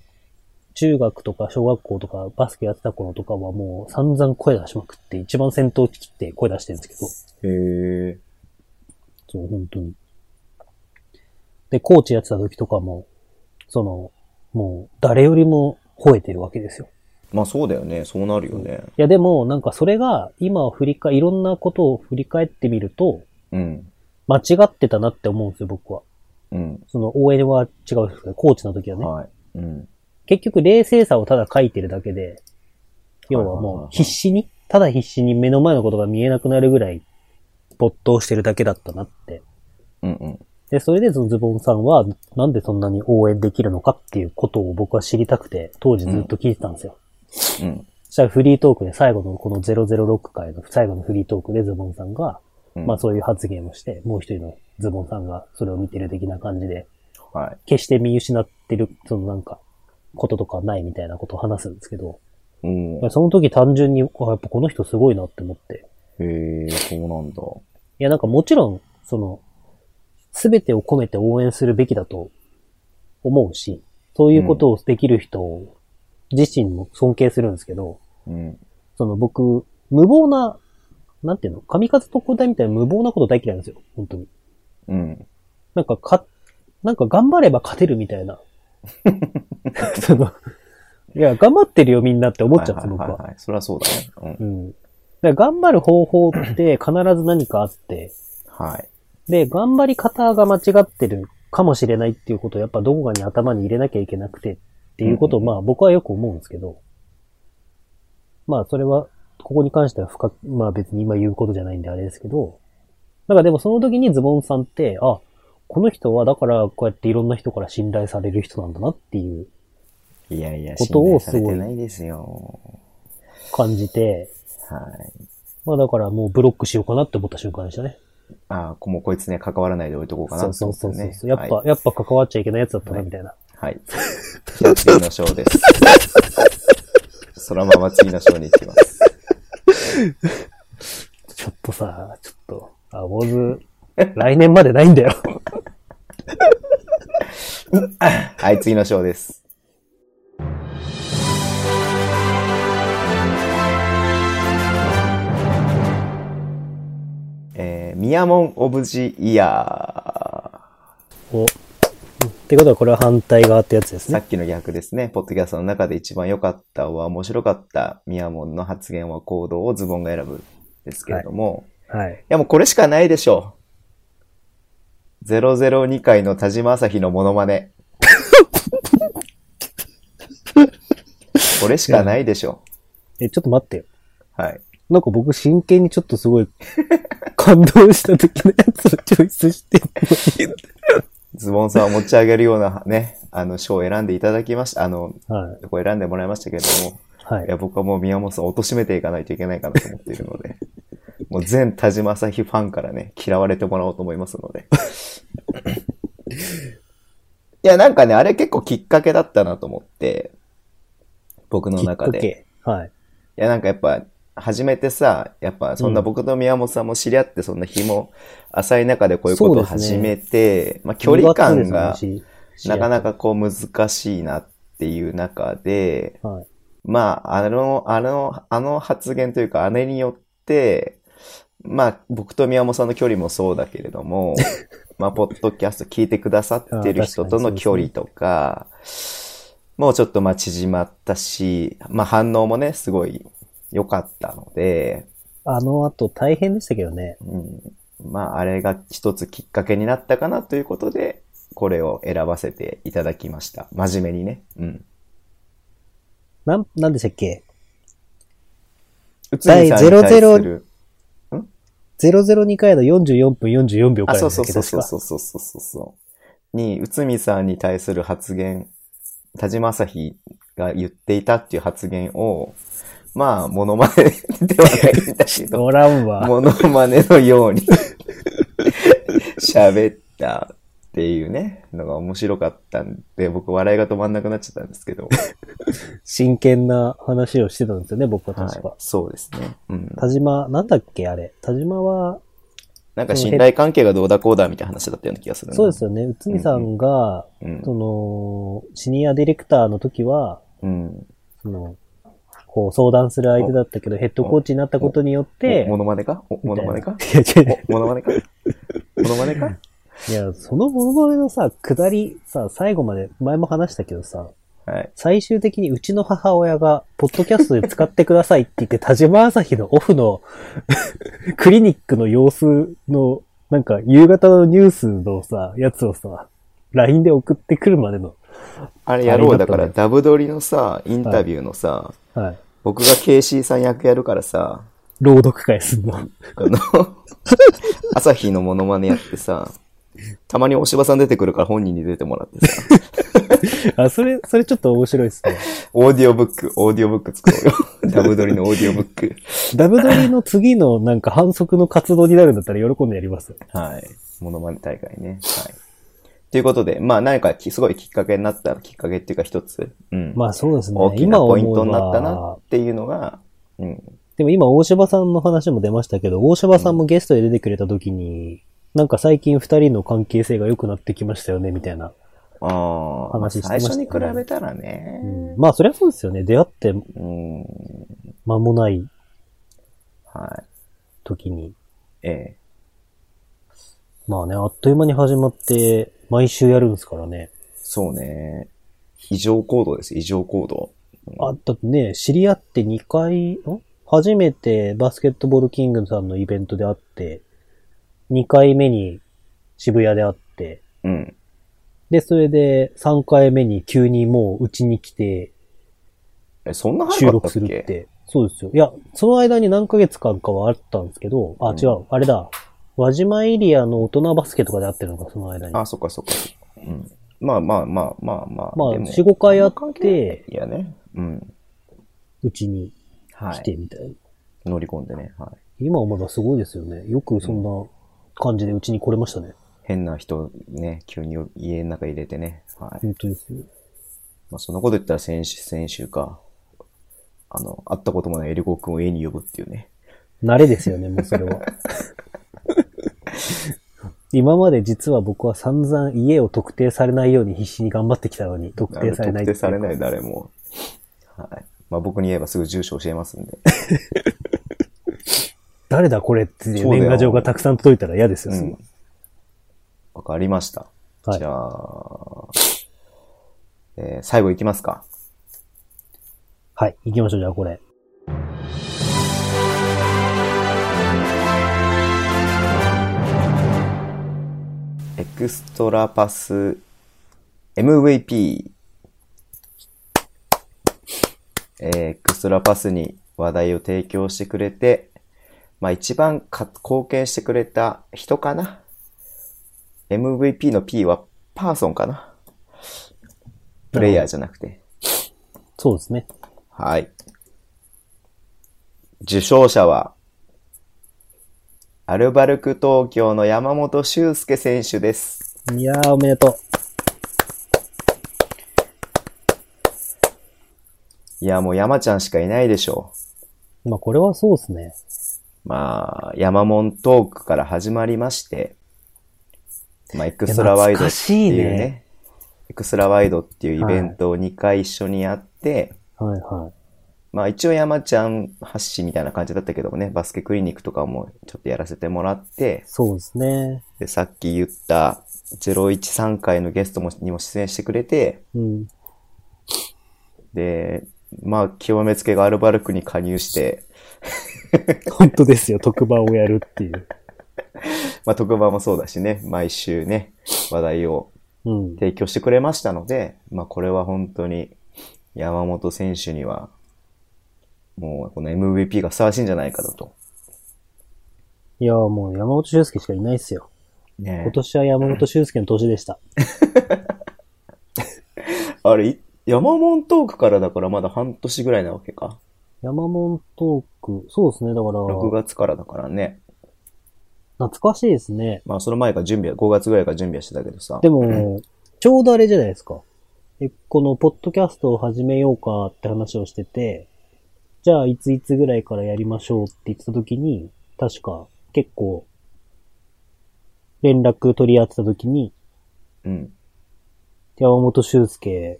S3: 中学とか小学校とかバスケやってた頃とかはもう散々声出しまくって、一番先頭切って声出してるんですけど、
S2: い。へえ。
S3: そう、本当に。で、コーチやってた時とかも、その、もう誰よりも吠えてるわけですよ。
S2: まあそうだよね。そうなるよね。
S3: いやでも、なんかそれが今を振り返、いろんなことを振り返ってみると、
S2: うん。
S3: 間違ってたなって思うんですよ、僕は。
S2: うん。
S3: その応援は違うんですけど、コーチの時はね。
S2: はい。うん。
S3: 結局冷静さをただ書いてるだけで、要は
S2: はいはいはい
S3: もう
S2: はい
S3: 必死に、ただ必死に目の前のことが見えなくなるぐらい没頭してるだけだったなって。
S2: うんうん。
S3: で、それでそのズボンさんはなんでそんなに応援できるのかっていうことを僕は知りたくて、当時ずっと聞いてたんですよ。
S2: うん。
S3: そしたらフリートークで最後のこの006回の最後のフリートークでズボンさんが、
S2: うん
S3: まあそういう発言をして、もう一人のズボンさんがそれを見てる的な感じで、
S2: はい。
S3: 決して見失ってる、そのなんか、こととかないみたいなことを話すんですけど、
S2: うん
S3: いやその時単純に、あやっぱこの人すごいなって思って、
S2: へえ、そうなんだ。
S3: いや、なんかもちろん、その、すべてを込めて応援するべきだと思うし、そういうことをできる人を自身も尊敬するんですけど、
S2: うん。
S3: その僕、無謀な、なんていうの、神風特攻隊みたいな無謀なこと大嫌いなんですよ、本当に。
S2: うん。
S3: なんかか、なんか頑張れば勝てるみたい な。その、いや、頑張ってるよみんなって思っちゃうんです、僕
S2: はいはい
S3: は。
S2: はいはい。そりゃそうだね。うん
S3: う。ん。だから頑張る方法って必ず何かあって、
S2: はい。
S3: で、頑張り方が間違ってるかもしれないっていうことをやっぱどこかに頭に入れなきゃいけなくてっていうことを
S2: うん
S3: まあ僕はよく思うんですけど、まあそれは、ここに関しては深く、まあ別に今言うことじゃないんであれですけど、なんかでもその時にズボンさんって、あ、この人はだからこうやっていろんな人から信頼される人なんだなっていう
S2: いやいや、
S3: こ
S2: 信
S3: とを
S2: 頼さ
S3: すごい
S2: れてないですよ。
S3: 感じて、
S2: はい。
S3: まあだからもうブロックしようかなって思った瞬間でしたね。
S2: ああ、こもうこいつね、関わらないで置いとこうかな
S3: そうそうそうそう、
S2: ってことね
S3: やっぱ、
S2: はい。
S3: やっぱ関わっちゃいけないやつだったなみたいな。
S2: はい。じゃあ次の章です。 そのまま次の章に行きます。
S3: ちょっとさ、ちょっと、あ、坊主、来年までないんだよ。
S2: はい、次の章です。えー、ミヤモン・オブ・ジ・イヤ
S3: お。ってことはこれは反対側ってやつです
S2: ー。さ
S3: ね。
S2: っきの逆ですね。ポッドキャストの中で一番良かったは面白かったミヤモンの発言は行動をズボンが選ぶですけれども、
S3: はい
S2: い。やもうこれしかないでしょう。002回の田島朝日のモノマネ。これしかないでしょ
S3: え、ちょっと待ってよ。
S2: う。はい。
S3: なんか僕真剣にちょっとすごい感動した時のやつをチョイスしてる
S2: ズボンさんを持ち上げるようなね、あの、賞を選んでいただきました。あの、
S3: のに。はい。
S2: こう選んでもらいましたけれども、
S3: はい
S2: いや、。僕はもう宮本さんを貶めていかないといけないかなと思っているので、 もう全田島朝日ファンからね、嫌われてもらおうと思いますので。 いや、なんかね、あれ結構きっかけだったなと思って、僕の
S3: きっ
S2: 中
S3: か
S2: で。
S3: け。はい。
S2: いや、なんかやっぱ、初めてさ、やっぱそんな僕と宮本さんも知り合って、そんな日も浅い中でこういうことを
S3: そうです
S2: 始
S3: ね
S2: めて、まあ距離感がな
S3: な
S2: かな
S3: か。
S2: かこう難しいなっていう中で、
S3: はい。
S2: まあ、あの、あの、あの発言というか、あれによって、まあ、僕と宮本さんの距離もそうだけれども、まあ、ポッドキャスト聞いてくださってる人との距離とか、もうちょっとまあ縮まったし、まあ反応もね、すごい良かったので、
S3: あの後大変でしたけどね。
S2: うん、まああれが一つきっかけになったかなということで、これを選ばせていただきました。真面目にね。うん。
S3: なん、なんでしたっけ
S2: 内海さんに対する
S3: ?002 回の44分44秒か
S2: あ、
S3: ら
S2: そ
S3: の
S2: うそう
S3: だけ
S2: そう
S3: です
S2: そう
S3: か
S2: そうそうそうそう。に、内海さんに対する発言、田島朝日が言っていたっていう発言を、まあ、モノマネではないんだけど、
S3: おらんわ。
S2: モノマネのように喋ったっていうね、のが面白かったんで、僕笑いが止まんなくなっちゃったんですけど。
S3: 真剣な話をしてたんですよね、僕は
S2: は
S3: 確か
S2: い。、そうですね。うん。
S3: 田島、なんだっけあれ。田島は、
S2: なんか信頼関係がどうだこうだみたいな話だったような気がするな
S3: そうです。よね。内海さんが、
S2: うん。
S3: その、シニアディレクターの時は、
S2: うん。
S3: その、こう相談する相手だったけど、ヘッドコーチになったことによって
S2: お、モノマネかおモ
S3: みた
S2: ノ
S3: いな
S2: マネか
S3: いや違う
S2: モノマネかモノマネか
S3: いや、そのモノマネのさ、下り、さ、最後まで、前も話したけどさ、
S2: はい。
S3: 最終的にうちの母親が、ポッドキャストで使ってくださいって言って、田島朝日のオフの、 クリニックの様子の、なんか、夕方のニュースのさ、やつをさ、LINE で送ってくるまでの、
S2: あれやろ
S3: あ
S2: う。
S3: りが
S2: だ
S3: とう
S2: か
S3: ね
S2: ら、ダブドリのさ、インタビューのさ、
S3: はい、
S2: 僕がケイシーさん役やるからさ、
S3: 朗読会すんの。
S2: あの、朝日のモノマネやってさ、たまにお芝さん出てくるから本人に出てもらってさ、
S3: あ、それ、それちょっと面白いですね。
S2: オーディオブック、オーディオブック作ろう よ。ダブドリのオーディオブック。
S3: ダブドリの次のなんか反則の活動になるんだったら喜んでやりますよ。
S2: はい。モノマネ大会ね。はい。ということで、まあ何かきすごいきっかけになった、きっかけっていうか一つ、うん。
S3: まあそうですね
S2: 大。きな
S3: 今
S2: ポ
S3: 思
S2: イント
S3: え
S2: になったな
S3: ば
S2: っ、ていうのが、うん、
S3: でも今、大柴さんの話も出ましたけど、大柴さんもゲストで出てくれた時に、なんか最近二人の関係性が良くなってきましたよね、みたいな。
S2: ああ、まあ
S3: 話してました
S2: 最
S3: ね
S2: 初に比べたら
S3: う
S2: ね
S3: ん、。まあ、そりゃそうですよね。出会って
S2: うん、
S3: 間もない
S2: はい。
S3: 時に。
S2: ええ。
S3: まあね、あっという間に始まって、毎週やるんですからね。
S2: そうね。異常行動です、異常行動。
S3: あ、だってね、知り合って2回、ん初めてバスケットボールキングさんのイベントで会って、2回目に渋谷で会って、
S2: うん。
S3: で、それで3回目に急にもううちに来て
S2: え、そんな
S3: 収
S2: 早かった
S3: 録
S2: っ
S3: するっ
S2: け
S3: て。そうですよ。いや、その間に何ヶ月間かはあったんですけど、あ、
S2: うん
S3: 違う、あれだ。輪島エリアの大人バスケとかで会ってるのか、その間に。
S2: あ、そっかそっか。うん。まあまあまあまあまあ。
S3: まあ、
S2: でも
S3: 4、5回会って、
S2: いやね。うん。
S3: うちに
S2: は
S3: 来て
S2: い。
S3: みたいな。
S2: 乗り込んでね。はい。
S3: 今思えばすごいですよね。よくそんな感じでうちに来れましたね。
S2: 変な人ね、急に家の中入れてね。はい。
S3: 本当ですよ。
S2: まあ、そのこと言ったら先週、先週か。あの、会ったこともないエリゴ君を家に呼ぶっていうね。
S3: 慣れですよね、もうそれ は。今まで実は僕は散々家を特定されないように必死に頑張ってきたのに、特定されな
S2: 特
S3: いってい
S2: 定
S3: う
S2: されない、誰も。はい。まあ、僕に言えばすぐ住所教えますんで。
S3: 誰だこれっていう
S2: そうだよ
S3: 年賀状がたくさん届いたら嫌ですよ、
S2: うん。わかりました。
S3: はい
S2: じゃあ、えー最後いきますか。
S3: はい、行きましょう、じゃあこれ。
S2: エクストラパス MVP。えーエクストラパスに話題を提供してくれて、まあ一番か貢献してくれた人かな。MVP の P はパーソンかな。プレイヤーじゃなくて。
S3: そうですね。
S2: はい。受賞者は、アルバルク東京の山本修介選手です。
S3: いやー、おめでと
S2: いや、もう山ちゃんしかいないでしょ
S3: う。まあこれはそうですね。
S2: う。まあ、山門トークから始まりまして、まあ、エクストラワイドっていう
S3: いや
S2: ね、
S3: 懐かしいね
S2: エクストラワイドっていうイベントを2回一緒にやって、
S3: はいはい。
S2: まあ一応山ちゃん発信みたいな感じだったけどもね、バスケクリニックとかもちょっとやらせてもらって、
S3: そうですね。
S2: で、さっき言った013回のゲストもにも出演してくれて、
S3: うん。
S2: で、まあ、極めつけがアルバルクに加入して、
S3: 本当ですよ、特番をやるっていう。
S2: まあ、特番もそうだしね、毎週ね、話題を
S3: うん。
S2: 提供してくれましたので、まあ、これは本当に山本選手には、もうこの MVP がふさわしいんじゃないかだと。
S3: いやーもう山本修介しかいないっすよ。
S2: ね
S3: 今年は山本修介の年でした。
S2: あれ、い山本トークからだからまだ半年ぐらいなわけか。
S3: 山本トーク、そうですね。だか
S2: 6
S3: ら、
S2: 月からだからね。
S3: 懐かしいですね。
S2: まあ、その前から準備は、5月ぐらいから準備はしてたけどさ。
S3: でも、ちょうどあれじゃないですか。えこの、ポッドキャストを始めようかって話をしてて、じゃあ、いついつぐらいからやりましょうって言ってた時に、確か、結構、連絡取り合ってた時に、
S2: うん。
S3: 山本修介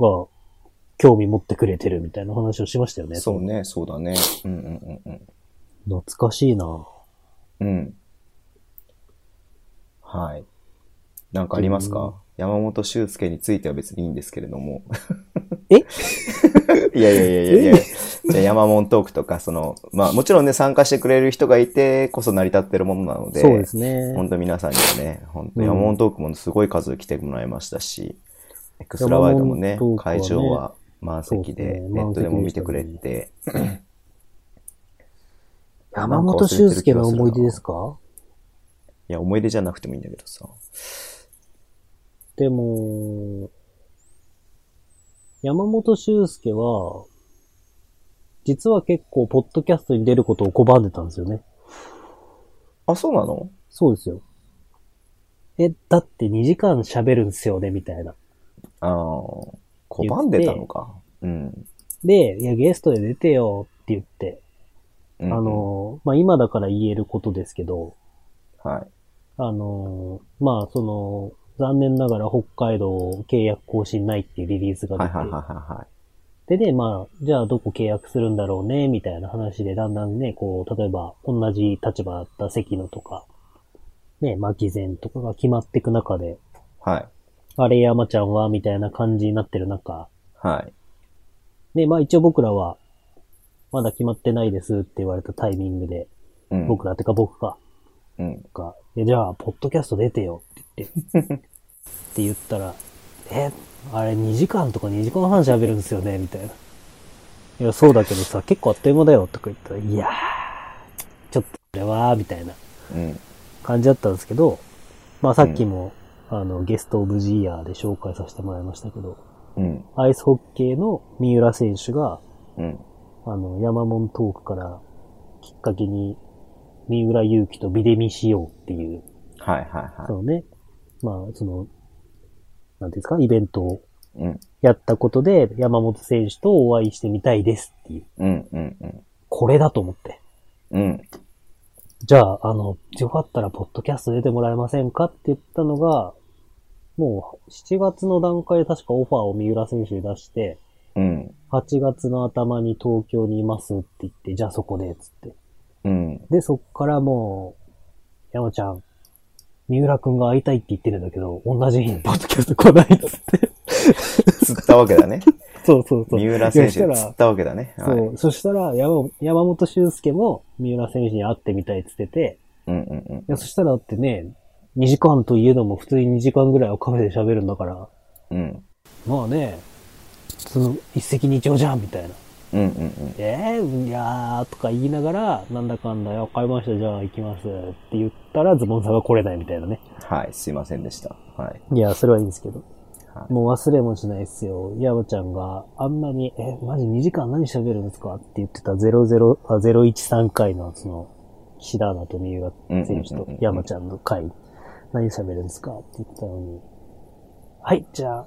S3: が興味持ってくれてるみたいな話をしましたよね。
S2: そうね、そうだね。うんうんうんうん。
S3: 懐かしいな
S2: うん。はい。なんかありますか、
S3: うん
S2: 山本修介については別にいいんですけれども。
S3: え
S2: いやいやいやいやいや。じゃあ山本トークとか、その、まあもちろんね、参加してくれる人がいてこそ成り立ってるものなので、
S3: そうですね。
S2: 本当皆さんにはね、本当
S3: うん
S2: 山本トークもすごい数来てもらいましたし、エクストラワイドもね
S3: 山本トークはね
S2: 会場は満席
S3: そう
S2: で、
S3: ですね
S2: ネットでも見てくれて、
S3: 山本修介の思い出ですか
S2: いや、思い出じゃなくてもいいんだけどさ。
S3: でも、山本修介は、実は結構、ポッドキャストに出ることを拒んでたんですよね。
S2: あ、そうなの
S3: そうですよ。え、だって2時間喋るんすよね、みたいな。
S2: ああ、拒んでたのか。うん。
S3: で、いや、ゲストで出てよって言って、
S2: うん
S3: あ、の、まあ、今だから言えることですけど、
S2: はい。
S3: あの、まあ、その、残念ながら北海道契約更新ないっていうリリースが出
S2: はい
S3: て、
S2: はいはいはいはい。
S3: でね、まあ、じゃあどこ契約するんだろうね、みたいな話で、だんだんね、こう、例えば、同じ立場だった関野とか、ね、牧前とかが決まっていく中で、
S2: はい。
S3: あれ山ちゃんは、みたいな感じになってる中、
S2: はい。
S3: ね、まあ一応僕らは、まだ決まってないですって言われたタイミングで、
S2: うん。
S3: 僕ら、てか僕か、
S2: うん。
S3: が、えじゃあ、ポッドキャスト出てよって言って、って言ったら、え、あれ2時間とか2時間半喋るんですよね、みたいな。いや、そうだけどさ、結構あっという間だよ、とか言ったら、いやー、ちょっとあれは、みたいな
S2: うん。
S3: 感じだったんですけど、まあさっきも、あの、ゲストオブジーヤーで紹介させてもらいましたけど、
S2: うん。
S3: アイスホッケーの三浦選手が、
S2: うん。
S3: あの、山門トークからきっかけに、三浦祐希とビデミしようっていう、
S2: はいはいは
S3: そのね、まあ、その、なんていうんですか、イベントを
S2: い。うん。
S3: やったことで、山本選手とお会いしてみたいですっていう、
S2: うん。うん。うん。
S3: これだと思って。
S2: うん。
S3: じゃあ、あの、よかったら、ポッドキャスト出てもらえませんかって言ったのが、もう、7月の段階で確かオファーを三浦選手に出して、
S2: うん。
S3: 8月の頭に東京にいますって言って、じゃあそこで、つって。
S2: うん。
S3: で、そっからもう、山ちゃん、三浦くんが会いたいって言ってるんだけど、同じ日にポッドキャスト来ないっつって。
S2: 釣ったわけだね。
S3: そうそうそう。
S2: 三浦選手
S3: いや
S2: 釣
S3: そした
S2: っ
S3: ら、
S2: たわけだね。はい。
S3: そう、そしたら山、山本修介も三浦選手に会ってみたいっつってて、
S2: うんうんうん。
S3: いや、そしたらだってね、2時間といえども普通に2時間ぐらいはカフェで喋るんだから、
S2: うん。
S3: まあね、その一石二鳥じゃん、みたいな。
S2: うんうんうん。
S3: えー、いやーとか言いながら、なんだかんだよ、買いました、じゃあ行きますって言ったら、ズボンさんが来れないみたいなね。
S2: はい。すいませんでした。はい。
S3: いや、それはいいんですけど。
S2: はい
S3: もう忘れもしないっすよ。山ちゃんがあんなに、え、マジ2時間何喋るんですかって言ってた00、あ、013回のその、岸田アナと三浦選手
S2: うんうん
S3: と
S2: うんうん
S3: 山ちゃんの回、何喋るんですかって言ってたのに、はい、じゃあ、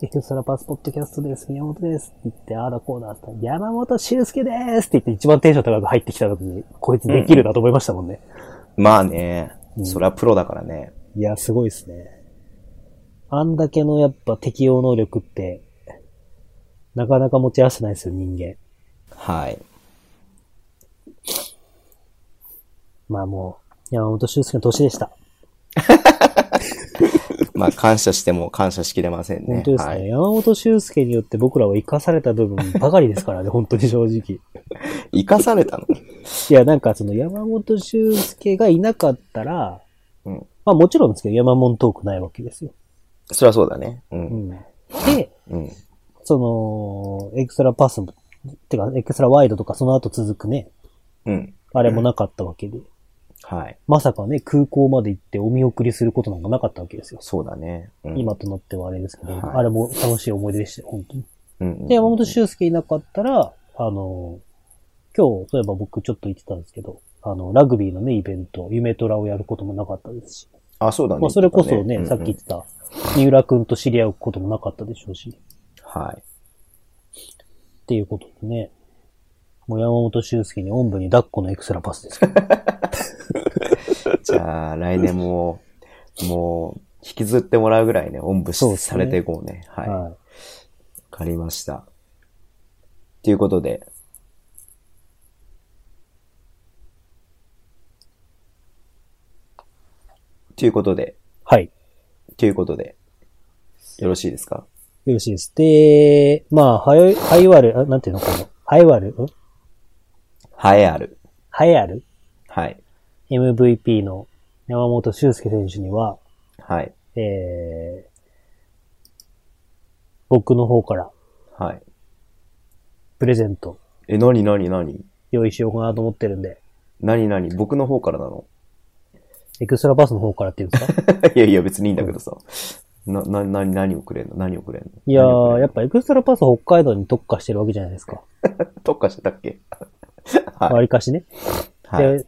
S3: エクストラパスポッドキャストです、宮本ですって言って、あーだこうだって言ったら、山本修介ですって言って一番テンション高く入ってきた時に、こいつできるなと思いましたもんね。
S2: まあね
S3: う。ん
S2: そりゃプロだからね。
S3: いや、すごいですね。あんだけのやっぱ適応能力って、なかなか持ち合わせないですよ、人間。
S2: はい。
S3: まあもう、山本修介の年でした。
S2: まあ感謝しても感謝しきれませんね。
S3: 本当ですね。
S2: はい。
S3: 山本修介によって僕らは生かされた部分 ばかりですからね、本当に正直。
S2: 生かされたの。
S3: いや、なんかその山本修介がいなかったら、
S2: うん。
S3: まあもちろんですけど、山本トークないわけですよ。
S2: そりゃそうだね。う。
S3: うんん。で、
S2: うん。
S3: その、エクストラパス、てか、エクストラワイドとかその後続くね、
S2: うん。
S3: あれもなかったわけで。
S2: はい。
S3: まさかね、空港まで行ってお見送りすることなんかなかったわけですよ。
S2: そうだね。うん。
S3: 今となってはあれですけど、
S2: はい
S3: あれも楽しい思い出でしたよ、本当に。
S2: うんうん。
S3: で、山本修介いなかったら、あの、今日、そういえば僕ちょっと言ってたんですけど、あの、ラグビーのね、イベント、夢虎をやることもなかったですし、
S2: あ、そうだね。
S3: まあ、それこそね、
S2: うんうん
S3: さっき言ってた、三浦くんと知り合うこともなかったでしょうし、
S2: はい。
S3: っていうことでね、もう山本修介におんぶに抱っこのエクストラパスですよ。
S2: じゃあ、来年も、もう、引きずってもらうぐらいね、おんぶし
S3: そうですね
S2: されていこうね。はい。わ
S3: はい。
S2: かりました。ということで、ということで、
S3: はい。
S2: ということで、よろしいですか
S3: よろしいです。で、まあ、はよ、はよある、あなんていうのかな。はよある、ん
S2: はえある。
S3: はよある
S2: はい。
S3: MVP の山本修介選手には、
S2: はい。
S3: えー、僕の方から
S2: はい。
S3: プレゼント
S2: え、なになになに
S3: 用意しようかなと思ってるんで、
S2: なになに僕の方からなの
S3: エクストラパスの方からっていうんですか
S2: いやいや、別にいいんだけどさ。な、な、な、何をくれんの何をくれんの
S3: いや
S2: 何をくれんの
S3: ー、やっぱエクストラパス北海道に特化してるわけじゃないですか。
S2: 特化してたっけ
S3: わ
S2: はい。
S3: りかしね。
S2: はい。
S3: で、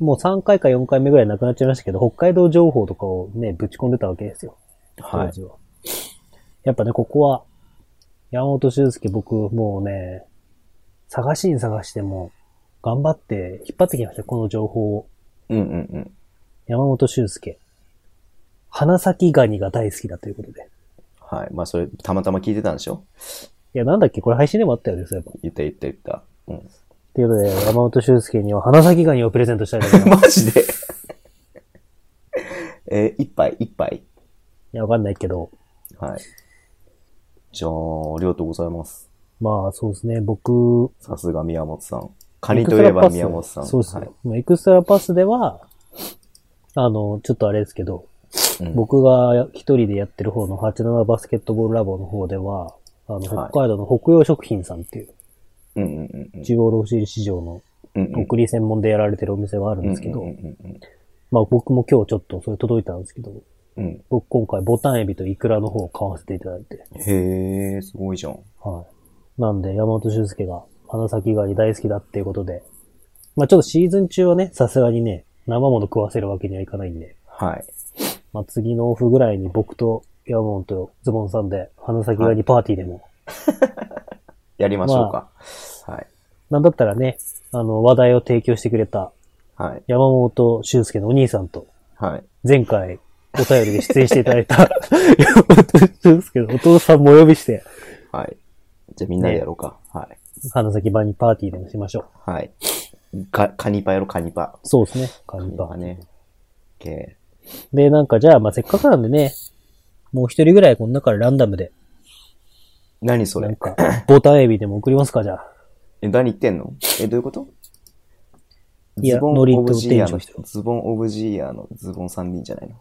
S3: もう3回か4回目ぐらいなくなっちゃいましたけど、北海道情報とかをね、ぶち込んでたわけですよ。
S2: は
S3: 当
S2: い。
S3: 時は。やっぱね、ここは、山本修介僕、もうね、探しに探しても、頑張って引っ張ってきました、この情報を。
S2: うんうんうん。
S3: 山本修介。花咲ガニが大好きだということで。
S2: はい。まあ、それ、たまたま聞いてたんでしょ
S3: いや、なんだっけこれ配信でもあったよね、そういえば。
S2: 言った言った言った。うん。
S3: ということで、山本修介には花咲ガニをプレゼントしたいと思い ます。
S2: マジで えー一杯一杯
S3: いや、わかんないけど。
S2: はい。じゃあ、ありがとうございます。
S3: まあ、そうですね。僕、
S2: さすが宮本さん。カニといえば宮本さん。
S3: そうです
S2: は
S3: ね
S2: い。。
S3: まあエクストラパスでは、あの、ちょっとあれですけど、
S2: うん
S3: 僕が一人でやってる方の87バスケットボールラボの方では、あの、
S2: はい
S3: 北海道の北洋食品さんっていう、
S2: うんうんうんうん。
S3: 中央卸売市場の
S2: うんうん
S3: 送り専門でやられてるお店があるんですけ
S2: う
S3: ど
S2: ん、うんうん
S3: まあ僕も今日ちょっとそれ届いたんですけど、
S2: うんうん
S3: 僕今回ボタンエビとイクラの方を買わせていただいて、
S2: へえ、すごいじゃん。
S3: はい。なんで山本修介が花咲ガニ大好きだっていうことで、まあちょっとシーズン中はね、さすがにね、生もの食わせるわけにはいかないんで、
S2: はい。
S3: まあ、次のオフぐらいに僕と山本とズボンさんで、花咲ガニパーティーでも、
S2: やりましょうか。はい。
S3: なんだったらね、あの、話題を提供してくれた
S2: はい。
S3: 山本修介のお兄さんと、
S2: はい。
S3: 前回お便りで出演していただいた山本修介のお父さんもお呼びして、
S2: はい。じゃあみんなでやろうか。はい。
S3: 花咲バニパーティーでもしましょう。
S2: はい。かカニパやろ、カニパ。
S3: そうですね、カニパー
S2: カ
S3: ティー
S2: ね。OK。
S3: で、なんかじゃあ、まあ、せっかくなんでね、もう一人ぐらいこの中でランダムで、
S2: 何そ
S3: なん
S2: れ
S3: か、 ボタンエビでも送りますか、じゃあ。
S2: え、何言ってんのえ、どういうこと
S3: いや
S2: ズボン
S3: ノリと
S2: オブジーヤーの
S3: テンショ
S2: 人。ズボンオブジーヤーのズボン3人じゃないの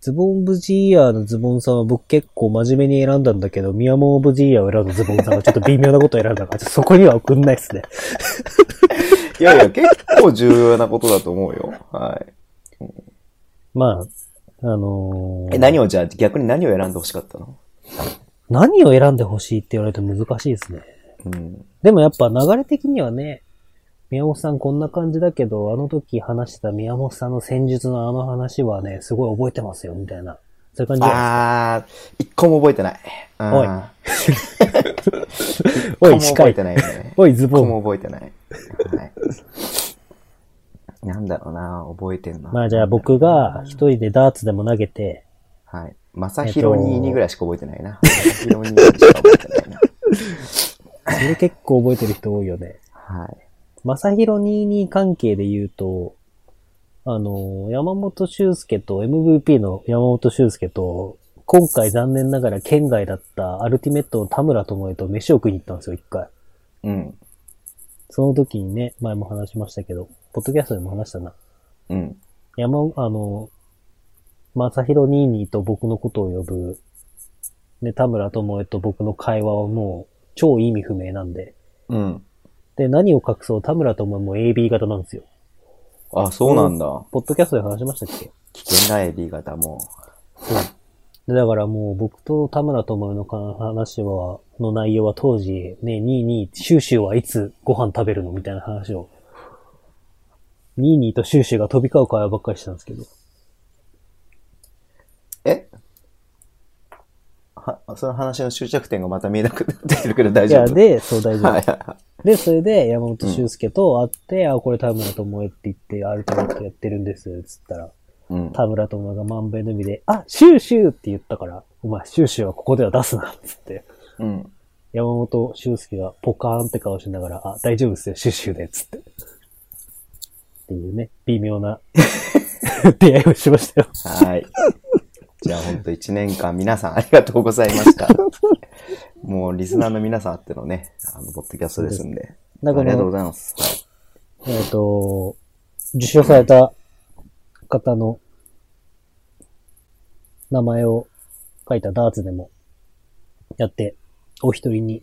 S3: ズボンオブジーヤーのズボンさんは僕結構真面目に選んだんだけど、ミヤモンオブジーヤーを選んだズボンさんがちょっと微妙なことを選んだから、ちょっとそこには送んないですね。
S2: いやい や、結構重要なことだと思うよ。はい。
S3: まあ、あのー
S2: え、何をじゃあ、逆に何を選んでほしかったの
S3: 何を選んでほしいって言われると難しいですね。
S2: うん。
S3: でもやっぱ流れ的にはね、宮本さんこんな感じだけど、あの時話してた宮本さんの戦術のあの話はね、すごい覚えてますよ、みたいな。そういう感じじゃない
S2: あー、一個も覚えてない。
S3: おい
S2: あー一個
S3: おい、
S2: も覚
S3: 近
S2: え
S3: い
S2: て。ないよね。
S3: おい、ズ
S2: 一
S3: ボ
S2: 個
S3: ン。
S2: も覚えてない。はい。なんだろうな、覚えてんな。
S3: まあじゃあ僕が一人でダーツでも投げて、
S2: はい。まさひろに2ぐらいしか覚えてないな。まさひろに2しか覚えてないな。
S3: それ結構覚えてる人多いよね。
S2: はい。
S3: まさひろ22関係で言うと、あの、山本修介と MVP の山本修介と、今回残念ながら県外だったアルティメットの田村智恵と飯を食いに行ったんですよ、一回。
S2: うん。
S3: その時にね、前も話しましたけど、ポッドキャストでも話したな。
S2: うん。
S3: 山、あの、まさひろニーニーと僕のことを呼ぶ、ね、田村智恵と僕の会話はもう、超意味不明なんで。
S2: うん。
S3: で、何を隠そう、田村智恵も AB 型なんですよ。
S2: あ、そうなんだ。
S3: ポッドキャストで話しましたっけ
S2: 危険な AB 型も。
S3: でだからもう僕と田村智恵の話は、の内容は当時、ね、22、シューシューはいつご飯食べるのみたいな話を、22とシューシューが飛び交う会話ばっかりしてたんですけど。
S2: えは、その話の終着点がまた見えなくなってるけど大
S3: い
S2: 丈
S3: や、
S2: 夫
S3: で、そう大丈夫
S2: は。いはいはい。
S3: で、それで山本修介と会って、あ、これ田村智恵って言って、アルティメットやってるんです、つったら、
S2: うん。
S3: 田村智恵がまんべんのみで、あ、シューシューって言ったから、お前、シューシューはここでは出すな、つって。
S2: うん。
S3: 山本修介がポカーンって顔しながら、あ、大丈夫ですよ、シューシューで、つって。っていうね、微妙な 出会いをしましたよ。
S2: はい。じゃあ本当一年間皆さんありがとうございました。もうリスナーの皆さんあってのね、あの、ポッドキャストですんで。あ
S3: だから
S2: りがとうございます。はい
S3: えっ、と、受賞された方の名前を書いたダーツでもやって、お一人に、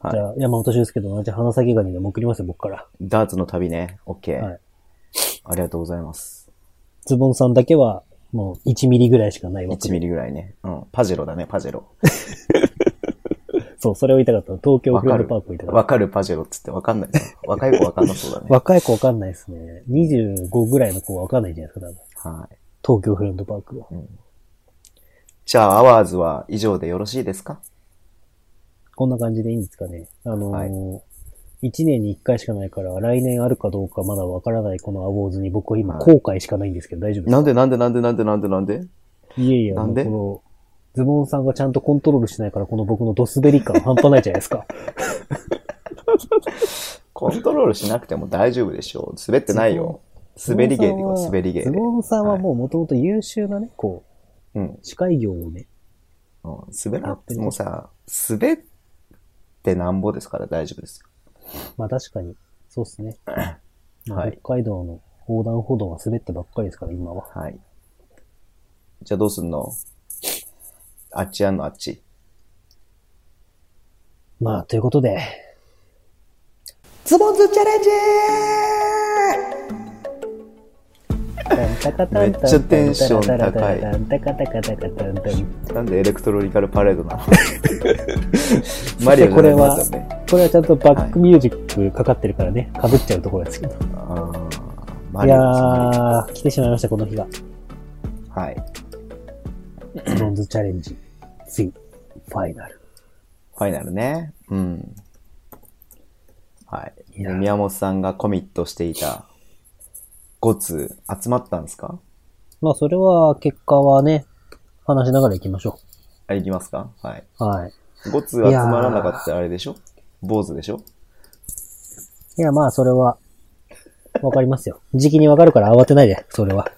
S2: はい
S3: じゃあ山本修介と同じ花咲ガニでも送りますよ、僕から。
S2: ダーツの旅ね、OK。
S3: はい
S2: ありがとうございます。
S3: ズボンさんだけは、もう1ミリぐらいしかないわけ
S2: 1ミリぐらいね。うん。パジェロだね、パジェロ。
S3: そう、それを言いたかったの。東京
S2: わ
S3: フレ
S2: か
S3: ンド
S2: る
S3: パークを言いた。かっ
S2: わかるパジェロっつってわか んないな。若い子わかんなそうだ
S3: た。
S2: ね。
S3: 若い子わかんないですね。25ぐらいの子はわかんないんじゃないですか、多分。
S2: はい。
S3: 東京フレンドパークは。
S2: じゃあ、アワーズは以上でよろしいですか
S3: こんな感じでいいんですかね。あのー
S2: はい
S3: い、 1年に1回しかないから、来年あるかどうかまだわからないこのアウォーズに僕は今
S2: はい
S3: 後悔しかないんですけど大丈夫ですか
S2: なんでなんでなんでなんでなんでなんで
S3: いえいえ、
S2: な
S3: も
S2: ん
S3: う
S2: で
S3: この、ズボンさんがちゃんとコントロールしないから、この僕のドスベリ感半端ないじゃないですか。
S2: コントロールしなくても大丈夫でしょう。滑ってないよ。 滑り芸でいこう、滑り芸
S3: ズ
S2: で。
S3: ボンさんはもうもともと優秀なね、こ
S2: うん。
S3: う、司会業をね、
S2: うん滑らなくてもさ、滑ってなんぼですから大丈夫ですよ。
S3: まあ確かに、そうですね。まあ
S2: はい
S3: 北海道の横断歩道は滑ってばっかりですから、今は。
S2: はい。じゃあどうすんのあっちやんのあっち。
S3: まあ、ということで、
S2: ズボンズチャレンジ
S3: め
S2: っちゃテンション高いなんでエレクトロニカルパレード なのマリオじゃないのあったね。
S3: これはちゃんとバックミュージックかかってるからね、被っちゃうところですけど。
S2: あーマ
S3: い
S2: リオ
S3: や
S2: ですね
S3: ー、来てしまいました、この日が。
S2: はい。
S3: ズボンズチャレンジ、つい、ファイナル。
S2: ファイナルね。うん。はい。
S3: いや
S2: で宮本さんがコミットしていた5通集まったんですか
S3: まあ、それは、結果はね、話しながら行きましょ
S2: あ、いきますかはい。
S3: う。はい。
S2: 5通集まらなかったらあれでしょ坊主でしょ
S3: いや、まあ、それは、わかりますよ。時期にわかるから慌てないで、それは。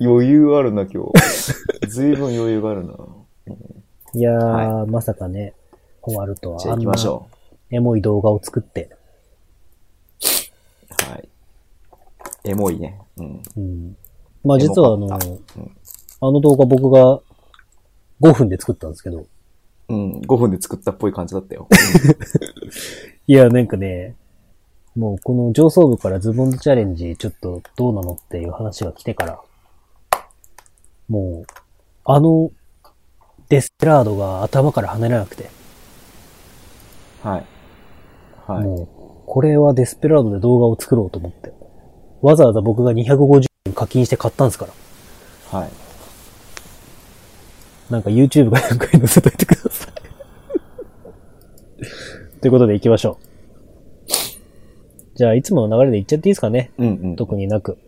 S2: 余裕あるな、 今日。ずいぶん余裕があるな。
S3: いやー、まさかね、終わるとは。
S2: じゃあ行きまし
S3: う。
S2: ょ
S3: エモい動画を作って、
S2: う。はい。エモいね。うん。
S3: うん。まあ実はあの、
S2: エモ
S3: あ
S2: かった
S3: の動画僕が5分で作ったんですけど、
S2: うん。5分で作ったっぽい感じだったよ。
S3: いや、なんかね、もうこの上層部からズボンズチャレンジちょっとどうなのっていう話が来てから、もう、あのデスペラードが頭から離れなくて、
S2: うんはい。はい。
S3: もう、これはデスペラードで動画を作ろうと思って。わざわざ僕が250円課金して買ったんですから。
S2: はい。
S3: なんか YouTube が何回載せといてください。ということで行きましょう。じゃあ、いつもの流れで行っちゃっていいですかね。
S2: うんうん。
S3: 特になく。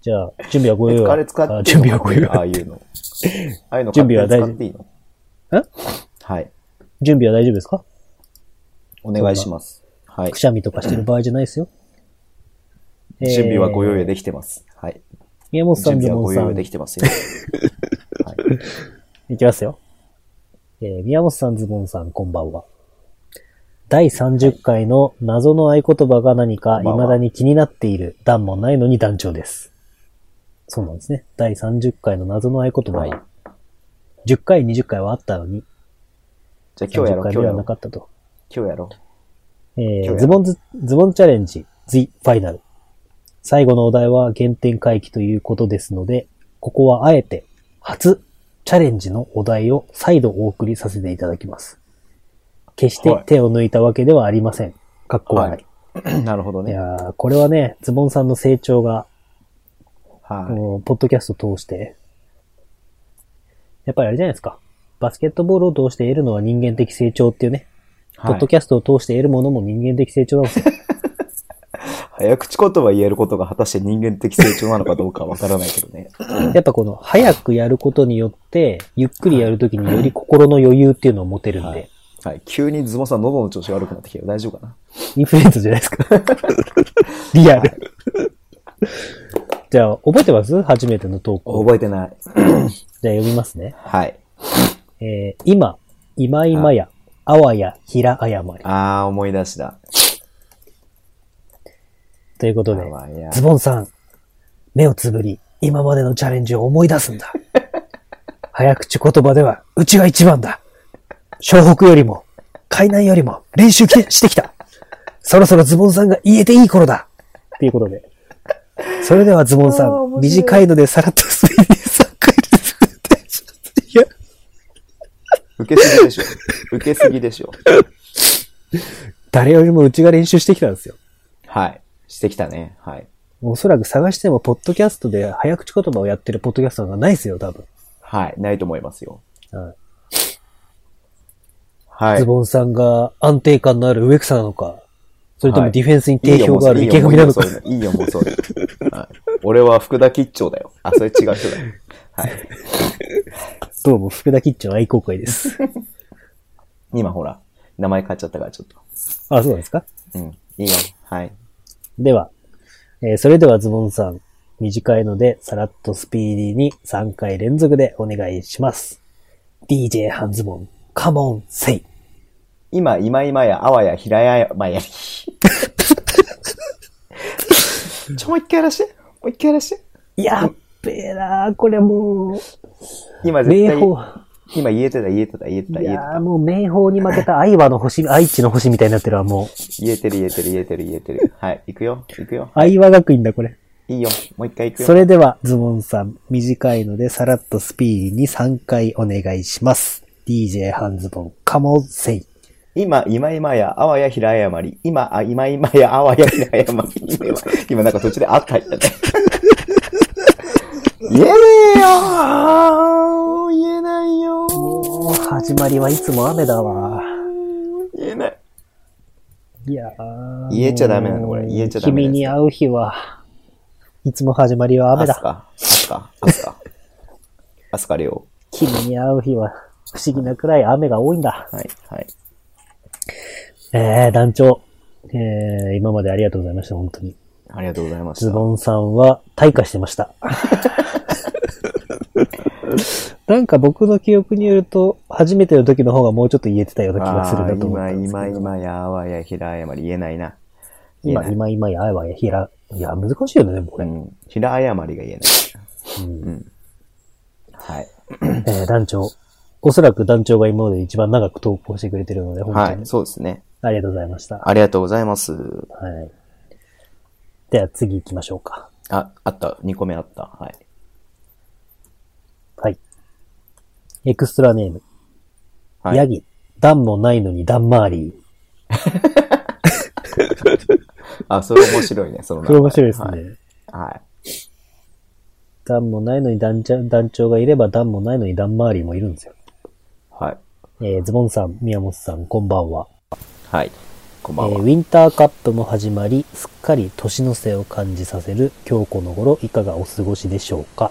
S3: じゃあ、準備はご
S2: え
S3: 用意
S2: 疲
S3: は。
S2: れ使っていいの
S3: あ準備はご用意
S2: ああ
S3: は。
S2: いう の。ああいうの
S3: 準備は大事
S2: 勝手に使っていいの
S3: え
S2: はい。
S3: 準備は大丈夫ですか
S2: お願いします。はい
S3: く。しゃみとかしてる場合じゃないですよ。
S2: 準備はご用意
S3: で。
S2: できてます。はい。
S3: 宮本さ
S2: 準
S3: ん、ズ
S2: 備は
S3: ボ
S2: ご
S3: ンさ
S2: 用意
S3: ん
S2: で。きてますよ。はい。
S3: いきますよ。えー宮本さん、ズボンさん、こんばんは。第30回の謎の合言葉が何か
S2: こんばん
S3: 未
S2: は
S3: だに気になっている段もないのに団長です。そうなんですね。第30回の謎の合言葉
S2: はい
S3: は、10回、20回はあったのに、
S2: じゃあ今日や
S3: 30
S2: ろ う、今
S3: 回で
S2: 日や
S3: は
S2: ろ
S3: な
S2: う。
S3: かったと。
S2: 今日やろ
S3: え
S2: 今日やろ
S3: ー、
S2: う
S3: ズボンズ、ズボンチャレンジ、The Final。最後のお題は原点回帰ということですので、ここはあえて、初チャレンジのお題を再度お送りさせていただきます。決して
S2: はい
S3: 手を抜いたわけではありません。かっこ悪い。、
S2: はい う。なるほどね。
S3: やーこれはね、ズボンさんの成長が、こ
S2: は
S3: のポッドキャストを通して、やっぱりあれじゃないですか。バスケットボールを通して得るのは人間的成長っていうね、
S2: い。
S3: ポ
S2: は
S3: ッド
S2: い。
S3: キャストを通して得るものも人間的成長なんですよ
S2: 早口言葉言えることが果たして人間的成長なのかどうかわからないけどね。
S3: やっぱこの、早くやることによって、ゆっくりやるときにより心の余裕っていうのを持てるんで、
S2: はい。 はい。急にズボンさん喉の調子悪くなってきてる。大丈夫かな
S3: インフルエンザじゃないですか。リアル。じゃあ、覚えてます初めての投稿。
S2: 覚えてない。
S3: じゃあ読みますね。
S2: はい。
S3: えー、今、今今や、あわや、ひらあやまり。
S2: あー、思い出した。
S3: ということで
S2: あ、わや
S3: ズボンさん、目をつぶり、今までのチャレンジを思い出すん だ。早口言葉では、うちが一番だ。湘北よりも、海南よりも練習きしてきた。そろそろズボンさんが言えていい頃だ。っていうことで。それではズボンさ
S2: あー面
S3: ん、
S2: 白い
S3: 短いのでさらっとスピーディーサッカーいや、
S2: 受けすぎでしょ。受けすぎでしょ。
S3: 誰よりもうちが練習してきたんですよ。
S2: はい。してきたね。はい。
S3: おそらく探しても、ポッドキャストで早口言葉をやってるポッドキャストがないですよ、多分。
S2: はい。ないと思いますよ。
S3: はい
S2: は
S3: ズ
S2: い。
S3: ボンさんが安定感のある植草なのか、それともディフェンスに
S2: いい
S3: 定
S2: よ、
S3: 評
S2: もう
S3: が
S2: そ
S3: ある
S2: れいい
S3: 池
S2: よ、も
S3: 上
S2: う
S3: なの
S2: そ
S3: か
S2: う。いうのいいよ、もうそういうのはい俺は福田吉兆だよ。あ、それ違う人だよ。はい。
S3: どうも、福田キッチン愛好 会です。
S2: 今ほら、名前変わっちゃったからちょっと。
S3: あ、そうなんですか
S2: うん。いいよ。はい。
S3: では、えーそれではズボンさん、短いので、さらっとスピーディーに3回連続でお願いします。DJ ハンズボン、カモン、セイ。
S2: 今、今今や、あわや、平山 やり。ちょ、もう一回やらして。もう一回やらして。
S3: やっべえなーこれも
S2: 今
S3: う、
S2: 絶
S3: 名
S2: 対、
S3: 宝、
S2: 今言えてた、言えてた、言えてた、
S3: い
S2: 言えて
S3: やー
S2: た。
S3: もう名宝に負けた愛和の星、愛知の星みたいになってるわ、もう。
S2: 言えてる、言えてる、言えてる、言えてる。はい。行くよ、行くよ。
S3: 愛和学院だ、これ。
S2: いいよ。もう一回行くよ。
S3: それでは、ズボンさん、短いので、さらっとスピーディーに3回お願いします。DJ ハンズボン、カモン、セイ。
S2: 今、今今や、あわや平山り。今、あ、今今や、あわや平山り。今今、今なんか途中であった入ったね。 言えねえよー言えないよー
S3: もう、始まりはいつも雨だわ。
S2: 言えない。
S3: いやー
S2: 言えちゃダメなのこれ言えちゃダメなやつ
S3: 君に会う日は、いつも始まりは雨
S2: アス
S3: だ。
S2: カ、アスカ、アスカ。 アスカレオ。
S3: 君に会う日は、不思議なくらい雨が多いんだ。
S2: はい、はい。
S3: えー、団長。えー、今までありがとうございました、本当に。
S2: ありがとうございまし
S3: ズ
S2: た。
S3: ボンさんは退化してました。なんか僕の記憶によると、初めての時の方がもうちょっと言えてたような気がする
S2: あ
S3: な
S2: ー
S3: と思った
S2: 今、
S3: んですけど
S2: 今、今や、あわや平山り。言えないな。言え
S3: 今、
S2: ない。
S3: 今、今、や、あいわや、ひら、いや、難しいよね、でもこ
S2: う
S3: れ。
S2: ん。平山りが言えない。
S3: うん
S2: うん。はい。
S3: えー団長。おそらく団長が今まで一番長く投稿してくれてるので、本当
S2: は
S3: に、
S2: い、そうですね。
S3: ありがとうございました。は
S2: ありがとうございます。
S3: い。では次行きましょうか。
S2: あ、あった。2個目あった。はい。
S3: はい。エクストラネーム。
S2: はい。
S3: ヤギ。段もないのに段回り。
S2: あ、それ面白いね、その名
S3: こ
S2: 前
S3: れ面白いですね。
S2: はい。はい
S3: 段もないのに団長団長がいれば段もないのに段回りもいるんですよ。
S2: はい。
S3: えーズボンさん、宮本さん、こんばんは。
S2: はい。こん
S3: え
S2: ばん
S3: ー
S2: は。
S3: ウィンターカップも始まり、すっかり年の瀬を感じさせる今日この頃、いかがお過ごしでしょうか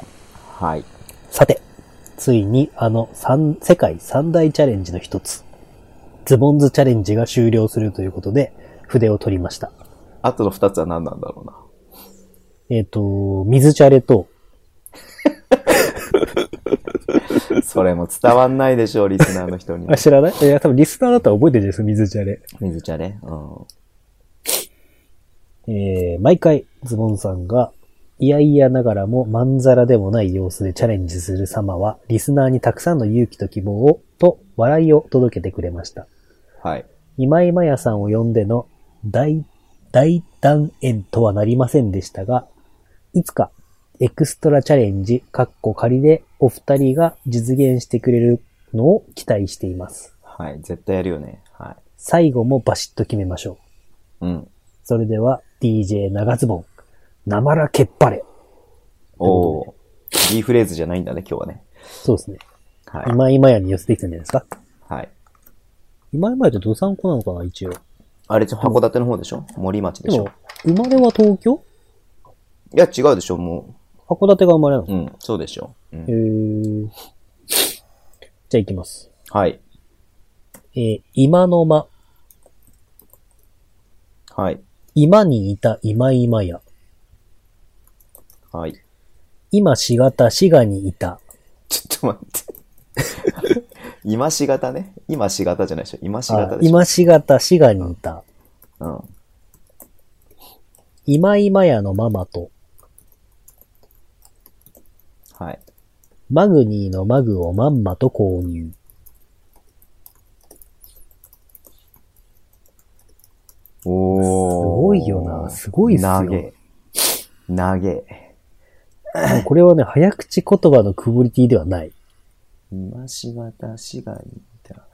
S2: はい。
S3: さて、ついにあの三世界三大チャレンジの一つ、ズボンズチャレンジが終了するということで、筆を取りました。
S2: あとの2つは何なんだろうな。
S3: えっ、と、水チャレと、
S2: それも伝わんないでしょう、リスナーの人に
S3: あ、。知らないいや、多分リスナーだったら覚えてるんですよ、水チャレ。
S2: 水茶ね。うん。
S3: えー、毎回、ズボンさんが、いやいやながらもまんざらでもない様子でチャレンジする様は、リスナーにたくさんの勇気と希望を、と、笑いを届けてくれました。
S2: はい。
S3: 今井まやさんを呼んでの大、大断円とはなりませんでしたが、いつかエクストラチャレンジ、カッコ仮でお二人が実現してくれるのを期待しています。
S2: はい。絶対やるよね。は
S3: 最後もバシッと決めましょう。
S2: い。うん。
S3: それでは DJ 長ズボン、なまらけっぱれ。
S2: おー。いいフレーズじゃないんだね、今日はね。
S3: そうですね。
S2: はい。
S3: 今井まやに寄せてきたんじゃないですか。
S2: はい。
S3: 今井まやってどさんこなのかな、一応。
S2: あれ、ちょ函館の方でしょ森町で
S3: で
S2: し
S3: も
S2: ょ、
S3: 生まれは東京
S2: いや、違うでしょ、も
S3: 函館が生まれなの
S2: う。。うん、そうでしょ。うん
S3: えー、じゃあ行きます。
S2: はい。
S3: えー今の間、
S2: はい。
S3: 今にいた今今や、
S2: はい。
S3: 今しがたしがにいた、
S2: ちょっと待って。 今しがたね。今しがたじゃないでしょ。今しが
S3: あ
S2: たでしょ。
S3: 今しがたしがにいた、
S2: うん。
S3: 今今やのママと、
S2: はい。
S3: マグニーのマグをまんまと購 入。
S2: おー。
S3: すごいよなすごいっすよ
S2: 投げ。投げ。
S3: これはね、早口言葉のクオリティではない。
S2: 今しがたしがにいた。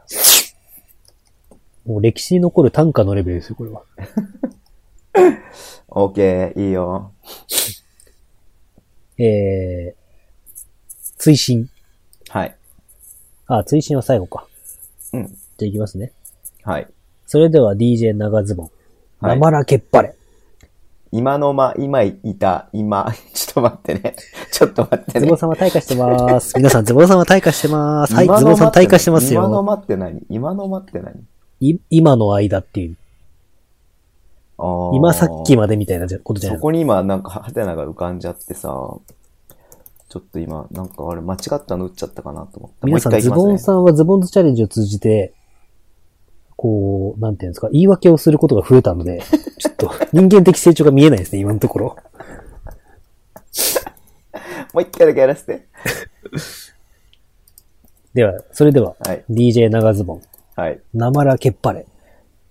S3: もう歴史に残る短歌のレベルですよ、これは。
S2: オッケー、いいよ。
S3: えー、追伸。
S2: はい。
S3: あ、追伸は最後か。
S2: うん。
S3: じゃあいきますね。
S2: はい。
S3: それでは DJ 長ズボン。
S2: はい
S3: 生らけっぱれ。
S2: 今の間、今いた、今、 ちょっと待ってね。 ちょっと待って
S3: ズ
S2: ね
S3: ボン。さんは退化してます。皆さん、ズボンさんは退化してます。はい、ズボンさん退化してます
S2: 今の
S3: よ。
S2: 間って何今の間って何
S3: い今の間っていう。
S2: あー
S3: 今さっきまでみたいなことじゃ
S2: そ
S3: ないですか。
S2: こに今、なんか、ハテナが浮かんじゃってさ、ちょっと今、なんかあれ、間違ったの打っちゃったかなと思った。
S3: 皆さ
S2: も
S3: ん、
S2: う一
S3: ズ
S2: 回行
S3: ボ
S2: きま
S3: ン
S2: すね。
S3: さんはズボンズチャレンジを通じて、こう、なんていうんですか、言い訳をすることが増えた ので、ちょっと人間的成長が見えないですね、今のところ。
S2: もう一回だけやらせて。
S3: では、それでは、
S2: はい。
S3: DJ 長ズボン、
S2: はい。
S3: 生らけっぱれ。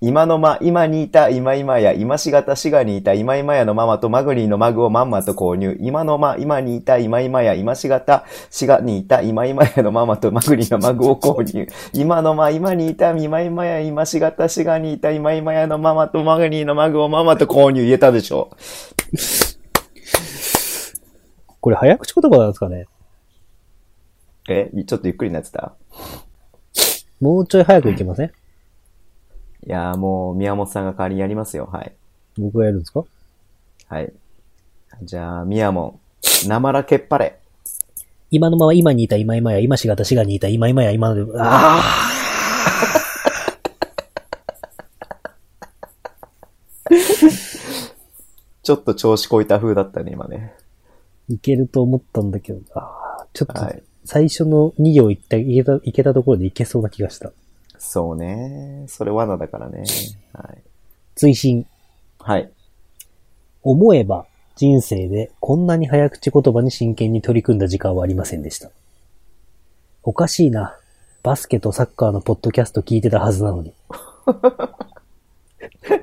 S2: 今の間、今にいた、今今や、今しがたしがにいた、今今やのママとマグリーのマグをまんまと購入。今の間、今にいた、今今や、今しがたしがにいた、今今やのママとマグリーのマグを購入。今の間、今にいた、今今や、今しがたしがにいた、今今やのママとマグリーのマグをまんまと購入。言えたでしょ
S3: これ早口言葉なんですかね
S2: えちょっとゆっくりになってた
S3: もうちょい早くいけません
S2: いやーもう、宮本さんが代わりにやりますよ。はい。
S3: 僕がやるんですか
S2: はい。じゃあ、宮本、生らけっぱれ。
S3: 今のまま今にいた今今や、今しがたしがにいた今今や、今の、ああ
S2: ちょっと調子こいた風だったね、今ね。
S3: いけると思ったんだけど、ああちょっ
S2: は
S3: と
S2: い、
S3: 最初の2行いった、いけた、いけたところでいけそうな気がした。
S2: そうね。それ罠だからね。はい。
S3: 追伸、
S2: はい。
S3: 思えば人生でこんなに早口言葉に真剣に取り組んだ時間はありませんでした。おかしいな。バスケとサッカーのポッドキャスト聞いてたはずなのに。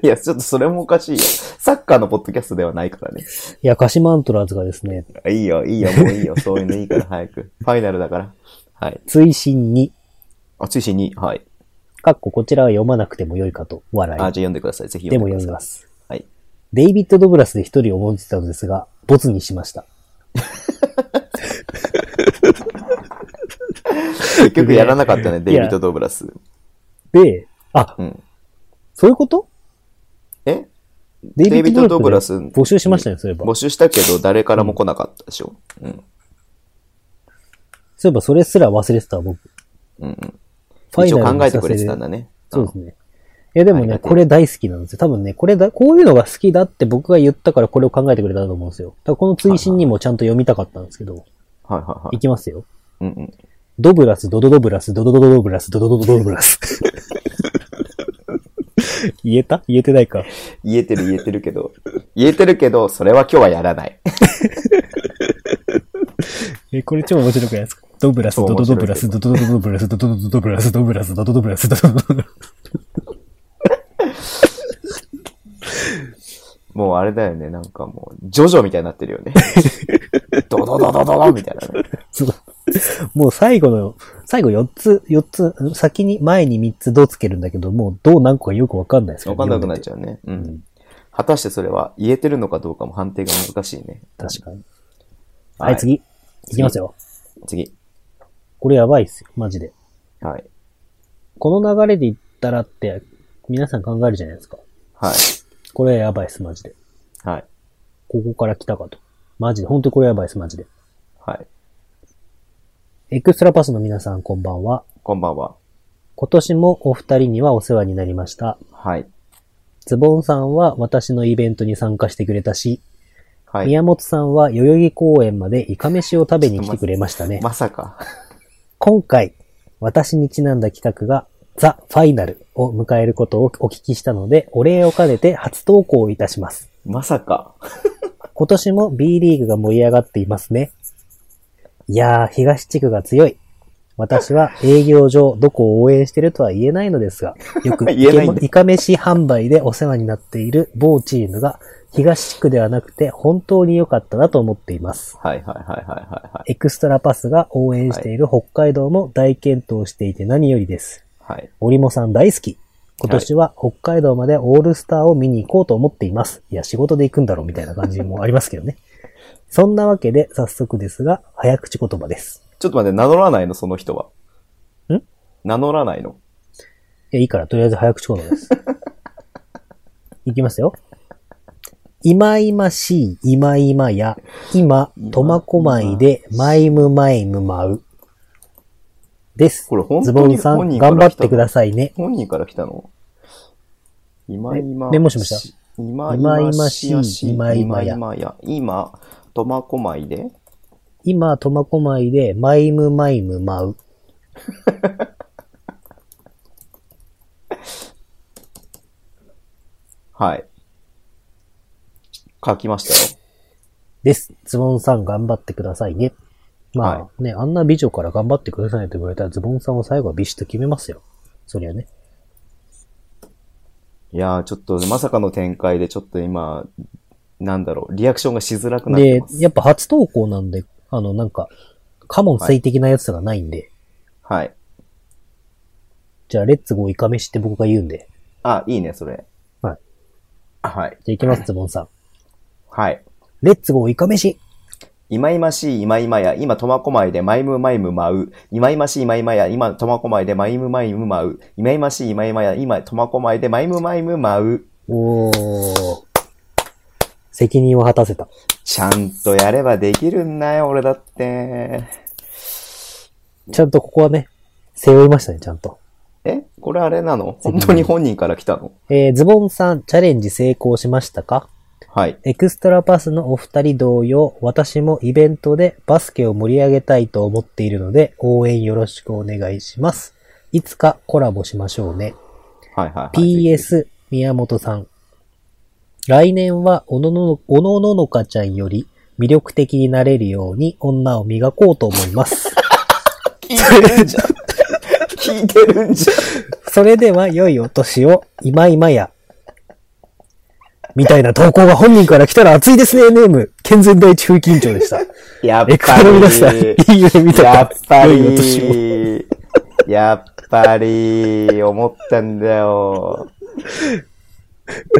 S2: いや、ちょっとそれもおかしいよ。サッカーのポッドキャストではないからね。
S3: いや、鹿島アントラーズがですね、
S2: いいよ、いいよ、もういいよ。そういうのいいから早く。ファイナルだから。はい。
S3: 追伸に、
S2: あ、中心に、はい。
S3: かっここちらは読まなくてもよいかと
S2: あ、
S3: 笑い。
S2: じゃあ読んでください。ぜひ
S3: で
S2: 読
S3: も
S2: んでく
S3: 読
S2: だ
S3: み
S2: さい。
S3: ます。
S2: はい。
S3: デイビッド・ドブラスで一人思ってたのですが、ボツにしました。
S2: 結局やらなかったね、デイビッ
S3: いや
S2: ド・ドーブラス。
S3: で、あ、
S2: うん。
S3: そういうこと
S2: え
S3: デ
S2: イビッドドブラス
S3: 募集しましたね、そういえば。
S2: 募集したけど、誰からも来なかったでしょ。うん。
S3: そういえばそれすら忘れてたわ、僕。
S2: うんうん。
S3: ファイ
S2: 一
S3: ナ
S2: 応
S3: ル
S2: 考
S3: の
S2: え
S3: さ
S2: てく
S3: せで
S2: れてたんだね。
S3: そうですね。いやでも
S2: あり
S3: ね、
S2: がたい
S3: これ大好きなんですよ。多分ね、これだ、こういうのが好きだって僕が言ったからこれを考えてくれたと思うんですよ。だからこの追伸にもちゃんと読みたかったんですけど、
S2: うん。はいはいはい
S3: いきますよ。
S2: い。うんうん。
S3: ドブラス、ドドドブラス、ドドドドドブラス、ドドドドドブラス。 言えた言えてないか。
S2: 言えてる言えてるけど、言えてるけど、それは今日はやらない。
S3: え、これ超面白くないですかドブラス、
S2: 超
S3: ド
S2: 面白
S3: ドド
S2: い
S3: ブラス、ドドドドブラス、ドドドドブラス、ドブラス、ドドドブラス、ドドドドブラス。
S2: もうあれだよね、なんかもう、ジョジョみたいになってるよ ね。ドドドドドドみたいなね。
S3: すごい。もう最後の、最後4つ、四つ、先に、前に3つどうつけるんだけど、もうどう何個かよくわかんないです
S2: わかんなくなっ
S3: ゃ
S2: ちゃうね。うん。果たしてそれは言えてるのかどうかも判定が難しいね。
S3: う。確かに。
S2: は
S3: はいい、次。いきますよ。
S2: 次。
S3: これやばいっすよ、マジで。
S2: はい。
S3: この流れで言ったらって、皆さん考えるじゃないですか。
S2: はい。
S3: これやばいっす、マジで。
S2: はい。
S3: ここから来たかと。マジで、本当にこれやばいっす、マジで。
S2: はい。
S3: エクストラパスの皆さん、こんばんは。
S2: こんばんは。
S3: 今年もお二人にはお世話になりました。
S2: はい。
S3: ズボンさんは私のイベントに参加してくれたし、
S2: はい。
S3: 宮本さんは代々木公園までイカ飯を食べに来てくれましたね。
S2: まさか。
S3: 今回、私にちなんだ企画が、ザ・ファイナルを迎えることをお聞きしたので、お礼を兼ねて初投稿いたします。
S2: まさか。
S3: 今年も B リーグが盛り上がっていますね。いやー、東地区が強い。私は営業上どこを応援してるとは言えないので すが、よく
S2: 言えないんだ
S3: イカ飯販売でお世話になっている某チームが東地区ではなくて本当に良かったなと思っています。
S2: はいはいはいはいはいはい。
S3: エクストラパスが応援している北海道も大健闘していて何よりです。
S2: はい。
S3: 織もさん大好き。今年は北海道までオールスターを見に行こうと思っています。いや、仕事で行くんだろうみたいな感じもありますけどね。 そんなわけで、早速ですが、早口言葉です。
S2: ちょっと待って、名乗らないのその人は。
S3: ん
S2: 名乗らないの
S3: や、いいから、とりあえず早口言葉です。 いきますよ。いまいましい、いまいまや、今、苫小牧で、まいむまいむまう。です
S2: これ。本
S3: ズ
S2: 当
S3: ボ
S2: に
S3: ンさ
S2: 本
S3: ん、
S2: 人から
S3: 頑張っ
S2: 来た
S3: てくださいね。
S2: 本人から来たの今今。。
S3: メモしました
S2: 今
S3: 今
S2: 今
S3: 今
S2: しやし、
S3: 今
S2: 今
S3: 今
S2: 今
S3: や
S2: や。今、苫小牧で
S3: 今、苫小牧で、まいむまいむまう。
S2: はい。書きましたよ。
S3: です。ズボンさん頑張ってくださいね。まあ、
S2: は
S3: ね、あんな美女から頑張ってくださいと言われたらズボンさんは最後はビシッと決めますよ。そりゃね。
S2: いやー、ちょっと、まさかの展開で、ちょっと今、なんだろう、リアクションがしづらくなって
S3: で
S2: ま、す。
S3: やっぱ初投稿なんで、あの、なんか、カモン性的なやつがないんで、
S2: はい。
S3: じゃあレッツゴーイカ飯って僕が言うんで。
S2: あ、いいね、それ。
S3: はい。
S2: はい。
S3: じゃあ行きます、ズボンさん。
S2: はい。
S3: レッツゴーイカ飯
S2: 今々しい今今や、今苫小牧でマイムマイム舞う。今々しい今今や、今苫小牧でマイムマイム舞う。今々しい今今や、今苫小牧でマイムマイム舞う。
S3: おー。責任を果たせた。
S2: ちゃんとやればできるんだよ、俺だって。
S3: ちゃんとここはね、背負いましたね、ちゃんと。
S2: えこれあれなの本当に本人から来たの
S3: えー、ズボンさん、チャレンジ成功しましたか
S2: はい。
S3: エクストラパスのお二人同様、私もイベントでバスケを盛り上げたいと思っているので、応援よろしくお願いします。いつかコラボしましょうね。
S2: はいはい、はい。。
S3: PS、宮本さん。来年は、おのの、おのののかちゃんより魅力的になれるように女を磨こうと思います。
S2: 聞いてるんじゃん。聞いてるんじゃん。
S3: それでは、良いお年を、今今や。みたいな投稿が本人から来たら熱いですね、ネーム。健全第一風緊張でした。
S2: やっ
S3: エク
S2: ぱ
S3: ストラ皆さん、い
S2: り。
S3: い夢見た
S2: やっぱ
S3: 良いお年を
S2: り。 やっぱり、思ったんだよ。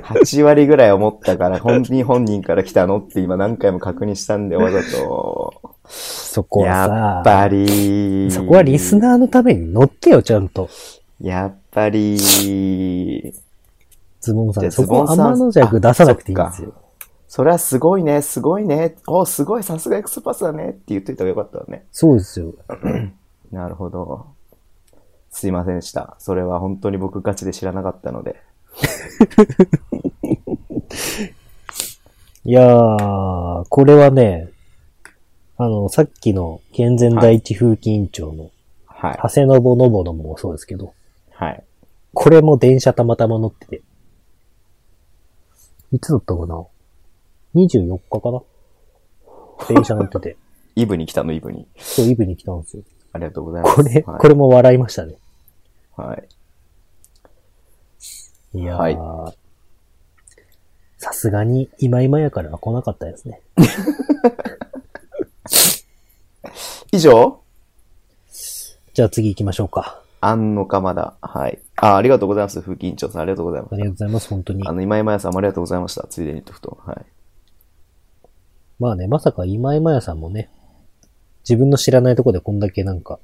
S2: 8割ぐらい思ったから、本当に本人から来たのって今何回も確認したんだよ、わざと。
S3: そこ
S2: や
S3: は
S2: っ
S3: さ、
S2: ぱり。
S3: そこはリスナーのために乗ってよ、ちゃんと。
S2: やっぱり。
S3: ズボンさ
S2: じゃあ
S3: ん。そ
S2: ズボ
S3: こ
S2: ンさん
S3: 天の弱出さなくていいんですよ。
S2: それはすごいね、すごいね。お、すごい、さすがエクスパスだねって言っといた方がよかったね。
S3: そうですよ。
S2: なるほど。すいませんでした。それは本当に僕ガチで知らなかったので。
S3: いやー、これはね、あの、さっきの健全第一風紀委員長の、
S2: はい。
S3: 長谷のぼのぼのもそうですけど、
S2: はい。
S3: これも電車たまたま乗ってて。いつだったかな ?24 日かな電車乗っ てて。
S2: イブに来たの、イブに。
S3: そう、イブに来たんですよ。
S2: ありがとうございます。
S3: これ、
S2: はい、
S3: これも笑いましたね。
S2: はい。
S3: いやー、
S2: はい
S3: さすがに今今やからは来なかったですね。
S2: 以上
S3: じゃあ次行きましょうか。
S2: あんのかまだ。はい。あ、ありがとうございます。風紀委員長さん、ありがとうございま
S3: あ
S2: す。
S3: りがとうございます、本当に
S2: あ。の、今井まやさんもありがとうございました。ついでに言っとくと。はい。
S3: まあね、まさか今今やさんもね、自分の知らないとこでこんだけなんか、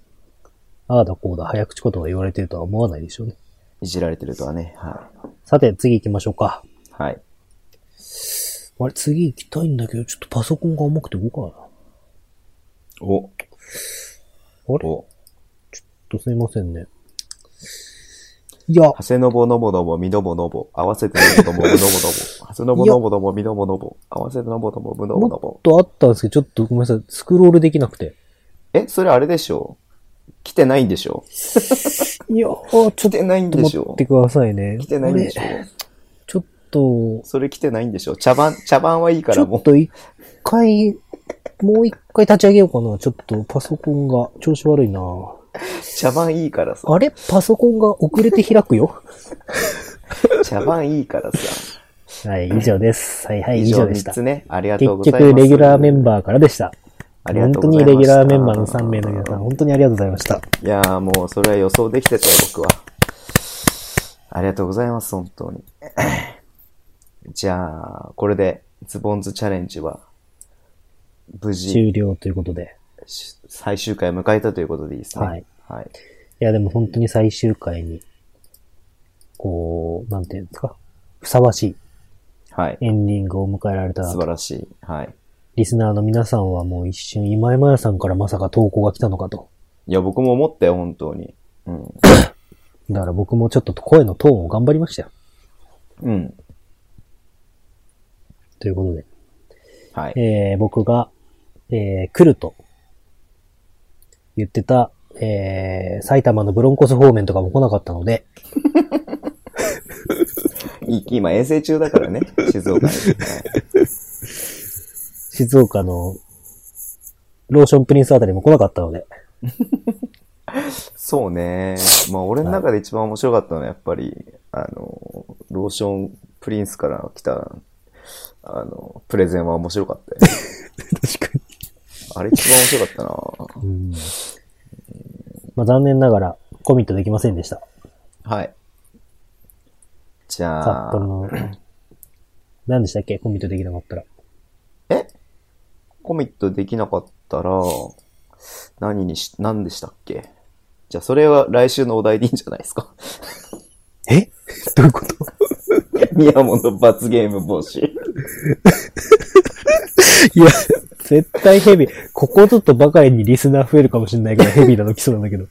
S3: ああだこうだ早口言葉言われてるとは思わないでしょうね。
S2: いじられてるとはね。は
S3: さて、次行きましょうか。
S2: い。はい。
S3: あれ、次行きたいんだけど、ちょっとパソコンが重くて動かないな。
S2: お、
S3: あれちょっ
S2: お。
S3: とすいませんね。いや、
S2: はせのぼのぼのぼ、みのぼのぼ、合わせてのぼのぼのぼのぼ、はせのぼのぼのぼ、みのぼのぼ、合わせてのぼのぼ、ぶのぼの
S3: も
S2: ぼ
S3: っ。とあったんですけど、ちょっとごめんなさい、スクロールできなくて。
S2: え、それあれでしょ来てないんでしょ
S3: いやー、ち
S2: 来
S3: ょっと
S2: てないんでし
S3: 待っ
S2: ょ
S3: てくださいね。
S2: 来てないんでしょ
S3: あれちょっと、
S2: それ来てないんでしょ茶番、茶番はいいか
S3: ち
S2: ら
S3: ょ
S2: も
S3: っと一回、もう一回立ち上げようかな。ちょっとパソコンが調子悪いな
S2: う、茶番いいからさ、
S3: あれパソコンが遅れて開く よ。
S2: 茶番いいからさ、
S3: はい、以上です。はいはい、以上でした。
S2: 3つね、ありがと
S3: 結
S2: うございます。
S3: 局、レギュラーメンバーからでした。
S2: ありが
S3: 本
S2: とう
S3: 当
S2: ござ
S3: に
S2: いました
S3: レギュラーメンバーの3名の皆さん、本当にありがとうございました。
S2: いやーもう、それは予想できてたよ、僕は。ありがとうございます、本当に。 じゃあ、これで、ズボンズチャレンジは、無事、
S3: 終了ということで。
S2: 最終回を迎えたということでいいですね。
S3: はい。
S2: はい。
S3: いや、でも本当に最終回に、こう、なんていうんですか、ふさわしい
S2: はい。
S3: エンディングを迎えられたな
S2: 素
S3: と
S2: 晴らしい。はい。
S3: リスナーの皆さんはもう一瞬、今井まやさんからまさか投稿が来たのかと。
S2: いや、僕も思ったよ、本当に。うん。
S3: だから僕もちょっと声のトーンを頑張りましたよ。
S2: うん。
S3: ということで。
S2: はい。
S3: えー僕が、えー来ると言ってた、えー埼玉のブロンコス方面とかも来なかったので、
S2: い今、遠征中だから ね、静岡に。
S3: 静岡のローションプリンスあたりも来なかったので、
S2: そうね。まあ、俺の中で一番面白かったのは、やっぱり、あの、ローションプリンスから来た、あの、プレゼンは面白かったよね。
S3: 確か
S2: あれ一番面白かっ
S3: に。まあ、残念ながらコミットできませんでした。
S2: たなはい。じ
S3: 札
S2: ゃ
S3: 幌
S2: あ、
S3: の、何でしたっけコミットできなかったら。
S2: えコミットできなかったら、何にし、何でしたっけじゃあ、それは来週のお題でいいんじゃないですか。
S3: え どういうこと
S2: 宮本罰ゲーム募集。
S3: いや、絶対ヘビー。ここちょっとばかりにリスナー増えるかもしれないから ヘビーなの来そうなんだけど。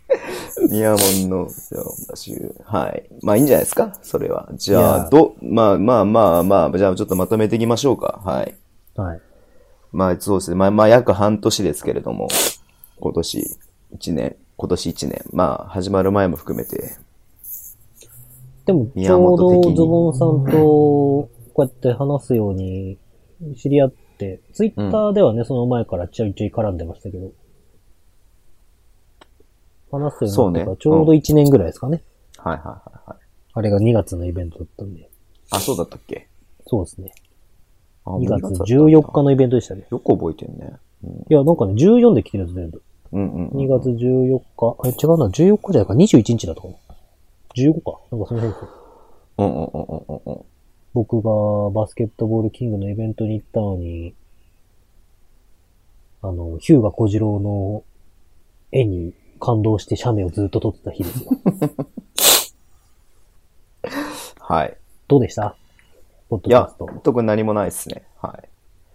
S2: 宮本の募集。はい。まあいいんじゃないですかそれは。じ
S3: い
S2: ゃ
S3: や
S2: あ、ど、まあまあまあまあ、じゃあちょっとまとめていきましょうか。はい。
S3: はい。
S2: まあそうですね。まあまあ約半年ですけれども、今年1年、今年1年。まあ始まる前も含めて。
S3: でも、ち
S2: 宮
S3: ょう
S2: 本的
S3: ど
S2: に
S3: ズボンさんと、こうやって話すように、知り合って、ツイッターではね、その前からちょいちょい絡んでましたけど、話すようになってか
S2: そう
S3: ら
S2: ね
S3: ちょうど1年ぐらいですかね。
S2: はいはいはいはい。
S3: あれが2月のイベントだったんで。
S2: あ、そうだったっけ
S3: そうですね。
S2: あ
S3: 2月
S2: もうだったんだ
S3: 14日のイベントでしたね。
S2: よく覚えてんね。うん
S3: いや、なんかね、14で来てるんですね。
S2: うんうんうん。
S3: 2月14日。あれ違うな、14日じゃないか、21日だとかな。15か。なんかその辺ですよ
S2: うんうんうんうんうんうん。
S3: 僕がバスケットボールキングのイベントに行ったのに、あの、ヒューガ小次郎の絵に感動して写メをずっと撮ってた日ですよ。
S2: はい。
S3: どうでしたポッド
S2: い
S3: キャ
S2: や
S3: スト。、
S2: 特に何もないですね。はい。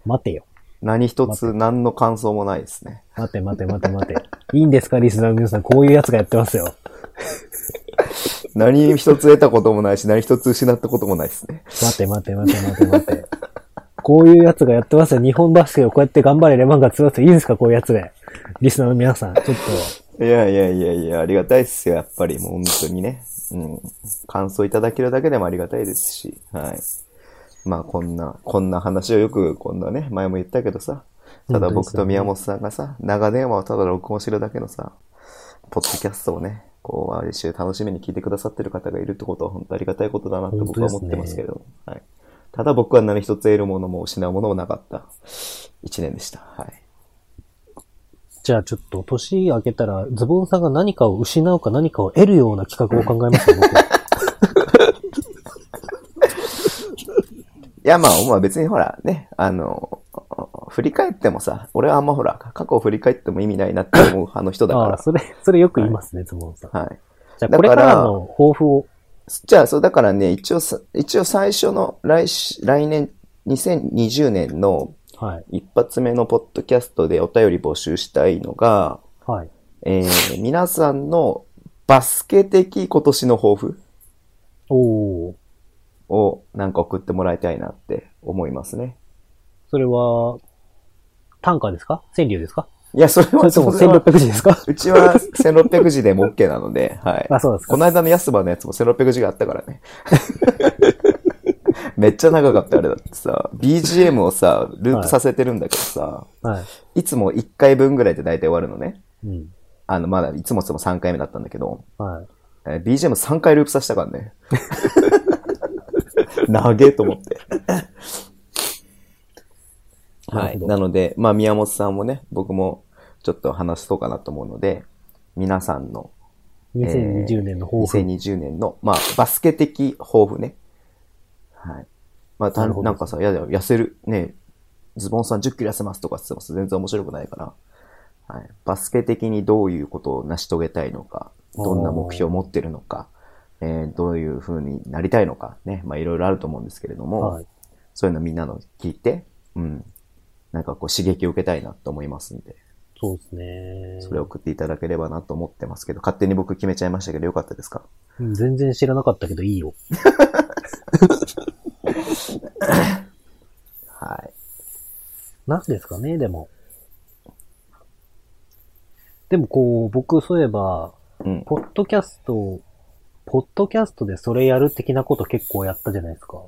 S3: 待てよ。
S2: 何一つ、何の感想もないですね。
S3: 待て待て待て待て。いいんですかリスナーの皆さん。こういうやつがやってますよ。
S2: 何一つ得たこともないし、何一つ失ったこともないですね。
S3: 待て待て待て待て待て。こういうやつがやってますよ。日本バスケをこうやって頑張れレバンガ強いやついいんですかこういうやつで。リスナーの皆さん。ちょっと、
S2: いやいやいやいや、ありがたいっすよ、やっぱり。もう本当にね。うん。感想いただけるだけでもありがたいですし。はい。まあこんな、こんな話をよく、こんなね、前も言ったけどさ。ただ僕と宮本さんがさ、長電話をただ録音してるだけのさ、ポッドキャストをね、こう、毎週楽しみに聞いてくださってる方がいるってことは本当ありがたいことだなって僕は思ってますけれども。はい。ただ僕は何一つ得るものも失うものもなかった一年でした。はい。
S3: じゃあちょっと年明けたらズボンさんが何かを失うか何かを得るような企画を考えますよ、 僕は
S2: いや、まあ、まあ別にほら、ね、あの、振り返ってもさ、俺はあんまほら、過去を振り返っても意味ないなって思う派の人だ
S3: ああ、
S2: か
S3: それ、それよく言いますね、ズボンさん。
S2: ら。はい。
S3: じゃあ
S2: だ
S3: こ
S2: か
S3: れ
S2: ら
S3: からの抱負を、
S2: じゃあ、そう、だからね、一応さ、一応最初の来し、来年、2020年の
S3: はい、
S2: 一発目のポッドキャストでお便り募集したいのが、
S3: はい。
S2: えー、皆さんのバスケ的今年の抱負
S3: おおー、
S2: をなんか送ってもらいたいなって思いますね。
S3: それは、短歌ですか川柳ですか
S2: いや、それ
S3: そ
S2: は、
S3: れとも
S2: それは
S3: 1600字ですか
S2: うちは1600字でも OK なので、はい。
S3: あそうですか
S2: この間の安場のやつも1600字があったからね。 めっちゃ長かった、あれだってさ、BGM をさ、ループさせてるんだけどさ、、
S3: はい
S2: つも1回分ぐらいで大体終わるのね。
S3: い。うん。
S2: あの、まだ、いつもいつも3回目だったんだけど、
S3: はい。
S2: BGM3 回ループさせたからね。 長げと思って。は
S3: なる
S2: い。
S3: ほど
S2: なので、まあ、宮本さんもね、僕もちょっと話そうかなと思うので、皆さんの
S3: 2020年の抱負。
S2: 2020年の、まあ、バスケ的抱負ね。はい。まあ、た
S3: なるほど
S2: なんかさ、いやだよ、痩せる、ね、ズボンさん10キロ痩せますとかって言ってもさ全然面白くないから、はい。バスケ的にどういうことを成し遂げたいのか、どんな目標を持ってるのか、えーどういう風になりたいのかね、まあいろいろあると思うんですけれども、
S3: はい。
S2: そういうのみんなの聞いて、うん。なんかこう刺激を受けたいなと思いますんで、
S3: そうですね。
S2: それを送っていただければなと思ってますけど、勝手に僕決めちゃいましたけどよかったですか
S3: うん全然知らなかったけどいいよ。
S2: はい。
S3: なんですかね、でも。でもこう、僕そういえば、
S2: うん。
S3: ポッドキャスト、ポッドキャストでそれやる的なこと結構やったじゃないですか。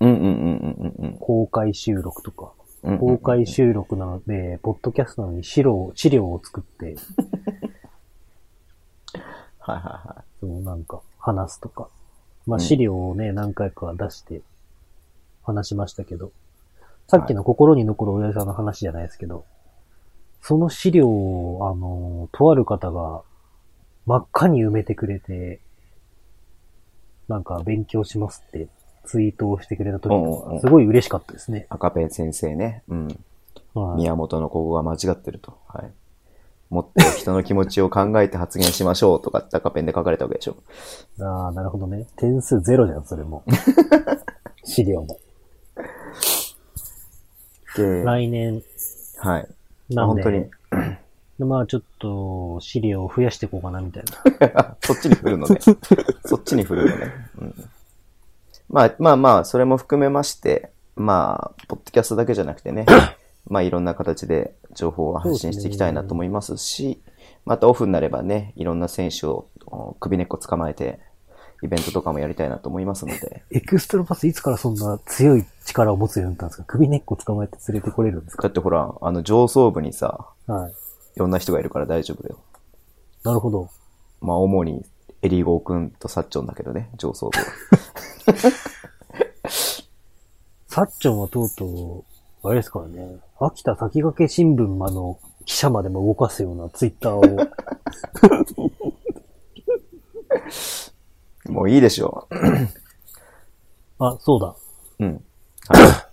S2: うんうんうんうんうん
S3: 公開収録とか。
S2: うん。
S3: 公開収録なので、ポッドキャストなのに資料、資料を作って、
S2: はいはいはい。
S3: そのなんか話すとか。ま
S2: う
S3: あ
S2: ん
S3: 資料をね、何回か出して話しましたけど、さっきの心に残る親父さんの話じゃないですけど、その資料を、あの、とある方が真っ赤に埋めてくれて、なんか勉強しますってツイートをしてくれた時
S2: おうおう
S3: がすごい嬉しかったですね。
S2: 赤ペン先生ね。うん。
S3: はい
S2: 宮本のここが間違ってると。はい。もっと人の気持ちを考えて発言しましょうとかって赤ペンで書かれたわけでしょ。
S3: ああ、なるほどね。点数ゼロじゃん、そ れも。資料も。
S2: で、はい。
S3: 来年
S2: まあ
S3: なん
S2: 本
S3: で。
S2: 当に。
S3: でまあちょっと資料を増やしていこうかな、みたいな。
S2: そっちに振るのね。そっちに振るのね。うん、まあまあまあ、それも含めまして、まあ、ポッドキャストだけじゃなくてね、まあいろんな形で情報を発信していきたいなと思いますし、またオフになればね、いろんな選手をお首根っこ捕まえて、イベントとかもやりたいなと思いますので、
S3: エクストラパスいつからそんな強い力を持つようになったんですか首根っこ捕まえて連れてこれるんですか
S2: だってほら、あの上層部にさ、
S3: はい。
S2: いろんな人がいるから大丈夫だよ。
S3: なるほど。
S2: まあ、主にエリゴー君とサッチョンだけどね、上層部は。
S3: サッチョンはとうとう、あれですからね、秋田先駆け新聞まの記者までも動かすようなツイッター を、
S2: もういいでしょう。
S3: あ、そうだ。
S2: うん。は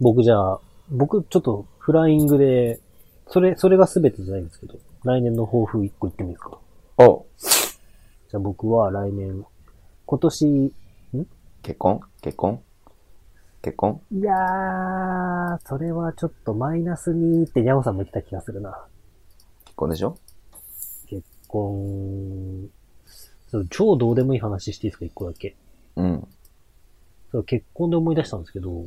S3: 僕じゃあ、僕ちょっとフライングで、それ、それが全てじゃないんですけど、来年の抱負1個言ってもいいですか
S2: い。お
S3: じゃあ僕は来年、今年、ん
S2: 結婚結婚結婚
S3: いやー、それはちょっとマイナスにってニャオさんも言ってた気がするな。
S2: 結婚でしょ
S3: 結婚、そう超どうでもいい話していいですか、一個だけ。
S2: うん。
S3: そう結婚で思い出したんですけど、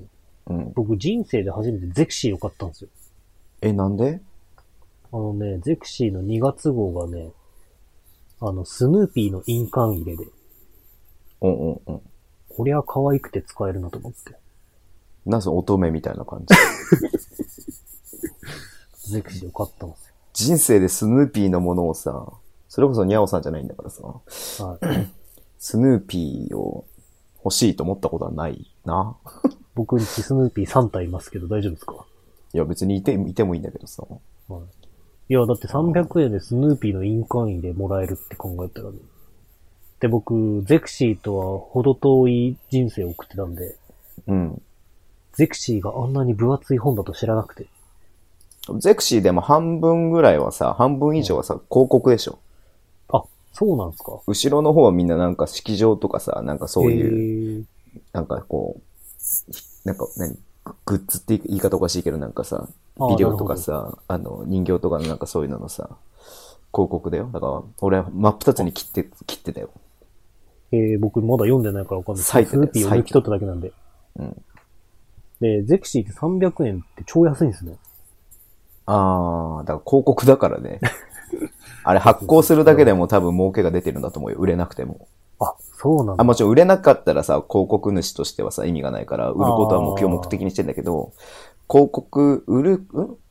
S2: うん。
S3: 僕人生で初めてゼクシーを買ったんですよ。
S2: え、なんで
S3: あのね、ゼクシーの2月号がね、あの、スヌーピーの印鑑入れで、
S2: うんうんうん。
S3: こりゃ可愛くて使えるなと思って。
S2: なんす乙女みたいな感じ。
S3: ゼクシーを買ったんです
S2: 人生でスヌーピーのものをさ、それこそニャオさんじゃないんだからさ、
S3: よ。はい。
S2: スヌーピーを欲しいと思ったことはないな。
S3: 僕んちスヌーピー3体いますけど大丈夫ですか
S2: いや別にいて、いてもいいんだけどさ。
S3: はい。いや、だって300円でスヌーピーの印鑑入れもらえるって考えたらね。で、僕、ゼクシーとは程遠い人生を送ってたんで、
S2: うん。
S3: ゼクシーがあんなに分厚い本だと知らなくて。
S2: ゼクシーでも半分ぐらいはさ、半分以上はさ、広告でしょ。
S3: あ、そうなんですか
S2: 後ろの方はみんななんか式場とかさ、なんかそういう、
S3: いう。
S2: なんかこう、なんか何ググッズって言い方おかしいけどなんかさ
S3: あ、あ
S2: ビデオとかさ、あの人形とかのなんかそういうののさ、広告だよ。だから俺は真っ二つに切って、切ってたよ。
S3: えー、僕まだ読んでないからわかんない。ス
S2: 割いて
S3: ヌーピーを抜き取っただけなんで。
S2: うん。
S3: で、ゼクシーって300円って超安いんですね。
S2: あー、だから広告だからね。あれ発行するだけでも多分儲けが出てるんだと思うよ。売れなくても。
S3: あ、そうなん
S2: あ、
S3: だ。
S2: もちろん売れなかったらさ、広告主としてはさ、意味がないから、売ることは目標目的にしてんだけど、広告、売る、ん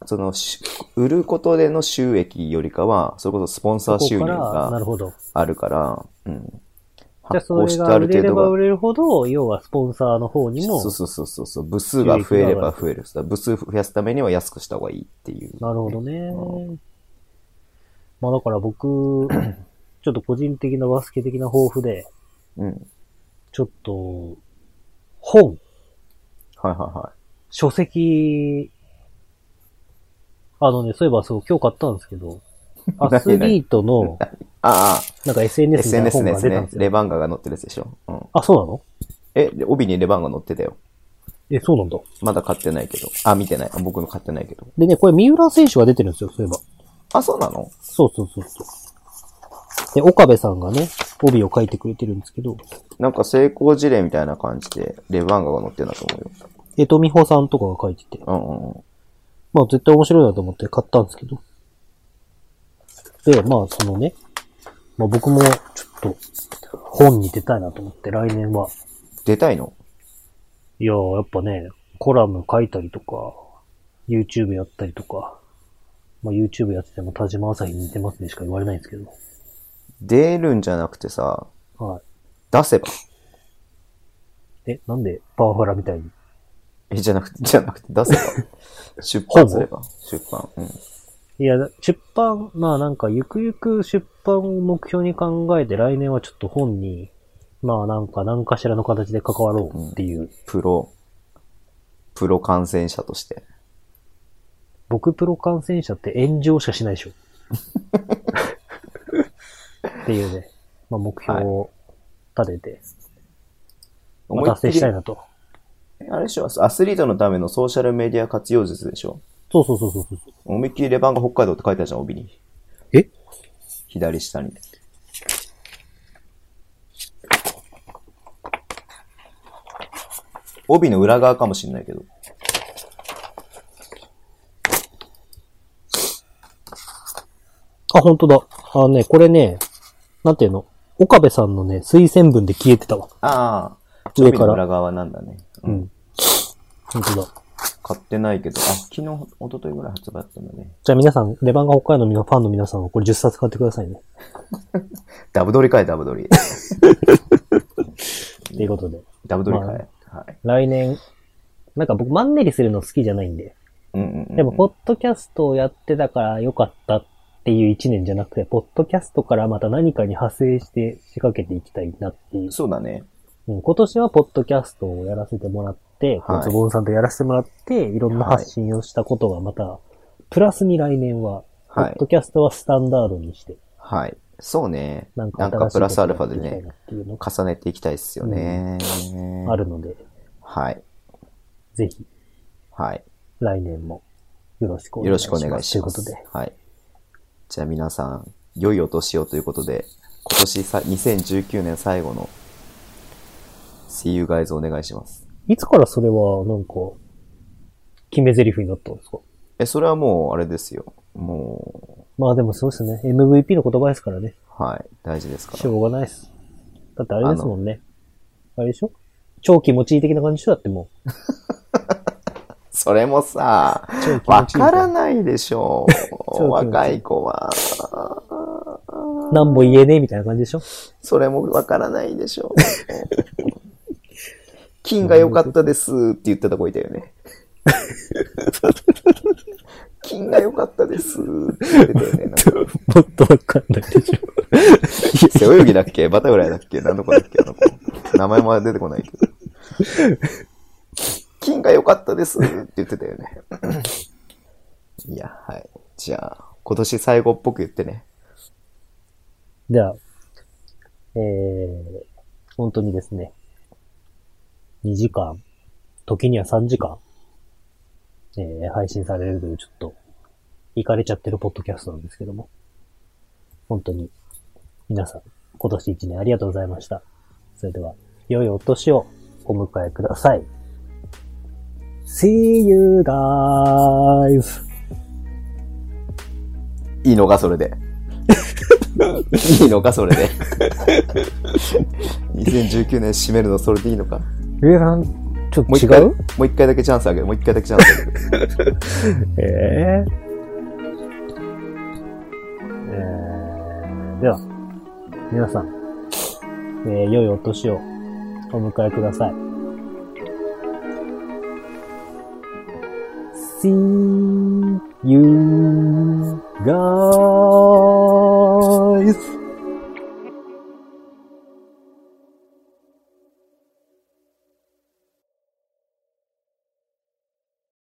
S2: その、し売ることでの収益よりかは、それこそスポンサ
S3: そ
S2: ー収
S3: こ
S2: 入
S3: から、な
S2: が
S3: るほど。
S2: あるから、うん。
S3: じゃあ、
S2: 発
S3: そ
S2: 行
S3: れ
S2: して
S3: が
S2: あ
S3: 売
S2: る
S3: れれ
S2: 程度
S3: ば売
S2: が、
S3: れるほど、要はスポンサーの方にも
S2: そう、そうそうそうそう、部数が増えれば増える。部数増やすためには安くした方がいいっていう。
S3: なるほどね。まあだから僕、ちょっと個人的なバスケ的な抱負で、
S2: うん。
S3: ちょっと、本、
S2: はいはいは
S3: 書籍、あのね、そういえばそう、今日買ったんですけど、アスリートの、
S2: あ
S3: なんか
S2: あ、
S3: SNS みたいな
S2: SNS
S3: 本
S2: で
S3: が
S2: す
S3: 出たん
S2: ね
S3: で。すよ。
S2: レバンガが載ってるやつでしょ。うん。
S3: あ、そうなの
S2: え、で帯にレバンガ載ってたよ。
S3: え、そうなんだ。
S2: まだ買ってないけど。あ、見てない。あ僕の買ってないけど。
S3: でね、これ三浦選手が出てるんですよ、そういえば。
S2: あ、そうなの
S3: そうそうそうそう。で、岡部さんがね、帯を書いてくれてるんですけど、
S2: なんか成功事例みたいな感じで、レバンガが載ってるんだと思うよ。
S3: えと、美穂さんとかが書いてて、
S2: うんうんうん。
S3: まあ絶対面白いなと思って買ったんですけど。で、まあそのね、まあ僕もちょっと本に出たいなと思って来年は。
S2: 出たいの
S3: いやーやっぱね、コラム書いたりとか、YouTube やったりとか、まあ YouTube やってても田島朝日に似てますねしか言われないんですけど。
S2: 出るんじゃなくてさ、
S3: はい。
S2: 出せば。
S3: え、なんでパワハラみたいに。
S2: え、じゃなくて、じゃなくて出せ ば。出版すれば。出版。うん。
S3: いや、出版、まあなんかゆくゆく出版を目標に考えて来年はちょっと本に、まあなんか何かしらの形で関わろうっていう。
S2: プロ、プロ感染者として。
S3: 僕プロ感染者って炎上しかしないでしょ。っていうね、まあ、目標を立てて、まあ達成したいなと。
S2: あれでしょ、アスリートのためのソーシャルメディア活用術でしょ。
S3: そうそうそうそうそう。
S2: 思いっきりレバンガ北海道って書いてあるじゃん、帯に。
S3: え
S2: 左下に。帯の裏側かもしんないけど。
S3: あ、本当だ。あね、これね、なんていうの岡部さんのね、推薦文で消えてたわ。
S2: ああ、
S3: 上
S2: 帯
S3: から
S2: の裏側なんだね。
S3: う
S2: うんん。。
S3: 本当だ。
S2: 買ってないけど、あ、昨日、一昨日ぐらい発売だったんだね。
S3: じゃあ皆さん、レバンガ北海道のファンの皆さんはこれ10冊買ってくださいね。
S2: ダブドリかい、ダブ ドリ。
S3: ということで。
S2: ダブドリかい。
S3: ま
S2: はい。
S3: 来年、なんか僕マンネリするの好きじゃないんで。
S2: うんうん、うん。
S3: でも、ポッドキャストをやってたから良かったっていう一年じゃなくて、ポッドキャストからまた何かに派生して仕掛けていきたいなっていう。
S2: そうだね。
S3: うん、今年はポッドキャストをやらせてもらって、こうズボンさんとやらせてもらって、いろんな発信をしたことがまた、プラスに来年は、ポ
S2: はい
S3: ッドキャストはスタンダードにして、
S2: はい。そうね。
S3: な
S2: なんん
S3: か
S2: か
S3: 新
S2: プ
S3: しいこ
S2: ラス
S3: と
S2: ア
S3: を
S2: ル
S3: や
S2: ファ
S3: って
S2: で
S3: いきたい
S2: ね、
S3: なっていうのが
S2: 重ねていきたいっすよね。
S3: あるので、
S2: はい。
S3: ぜひ
S2: はい。
S3: 来年もよろしくお
S2: よ
S3: 願
S2: ろ
S3: い
S2: し
S3: し
S2: くお
S3: ます。
S2: 願いします。
S3: というこ
S2: はい。じゃあ皆さん、良いお年をということで、今年さ、2019年最後の See you guys お願いします。
S3: とで、いつからそれは、なんか、決め台詞になったんですか
S2: え、それはもう、あれですよ。も
S3: まあでもそうですね。MVP の言葉ですからね。
S2: う、はい。大事ですか
S3: し
S2: ら。
S3: ょうがないです。だってあれですもんね。あれでしょ超気持ちいい的な感じでしょだっても
S2: それもさ
S3: 超気持ちいい、じゃん
S2: わからないでしょ。
S3: ちいいう
S2: 若い子は。
S3: う、なんも言えねえみたいな感じでしょ
S2: それもわからないでしょう。 金が良かったですって言ってた子いたよね。金が良かったですって言ってたよね。なんか
S3: もっとわかんないでしょ
S2: 背泳ぎだっけバタフライだっけ何の子だっけあの子。名前まで出てこないけど。金が良かったですって言ってたよね。いや、はい。じゃあ、今年最後っぽく言ってね。
S3: じゃあ、えー、本当にですね、2時間、時には3時間、えー、配信されるというちょっと、いかれちゃってるポッドキャストなんですけども、本当に、皆さん、今年1年ありがとうございました。それでは、良いお年をお迎えください。See you guys!
S2: いいのか、それで。いいのか、そ れで。2019年締めるの、それでいいのか。
S3: えー、なんちょっ
S2: もう一
S3: と違
S2: 回、
S3: う
S2: もう一回だけチャンスあげる。もう一回だけチャンスあげる。
S3: えええーでは、皆さん、えー良いお年をお迎えください。See you guys!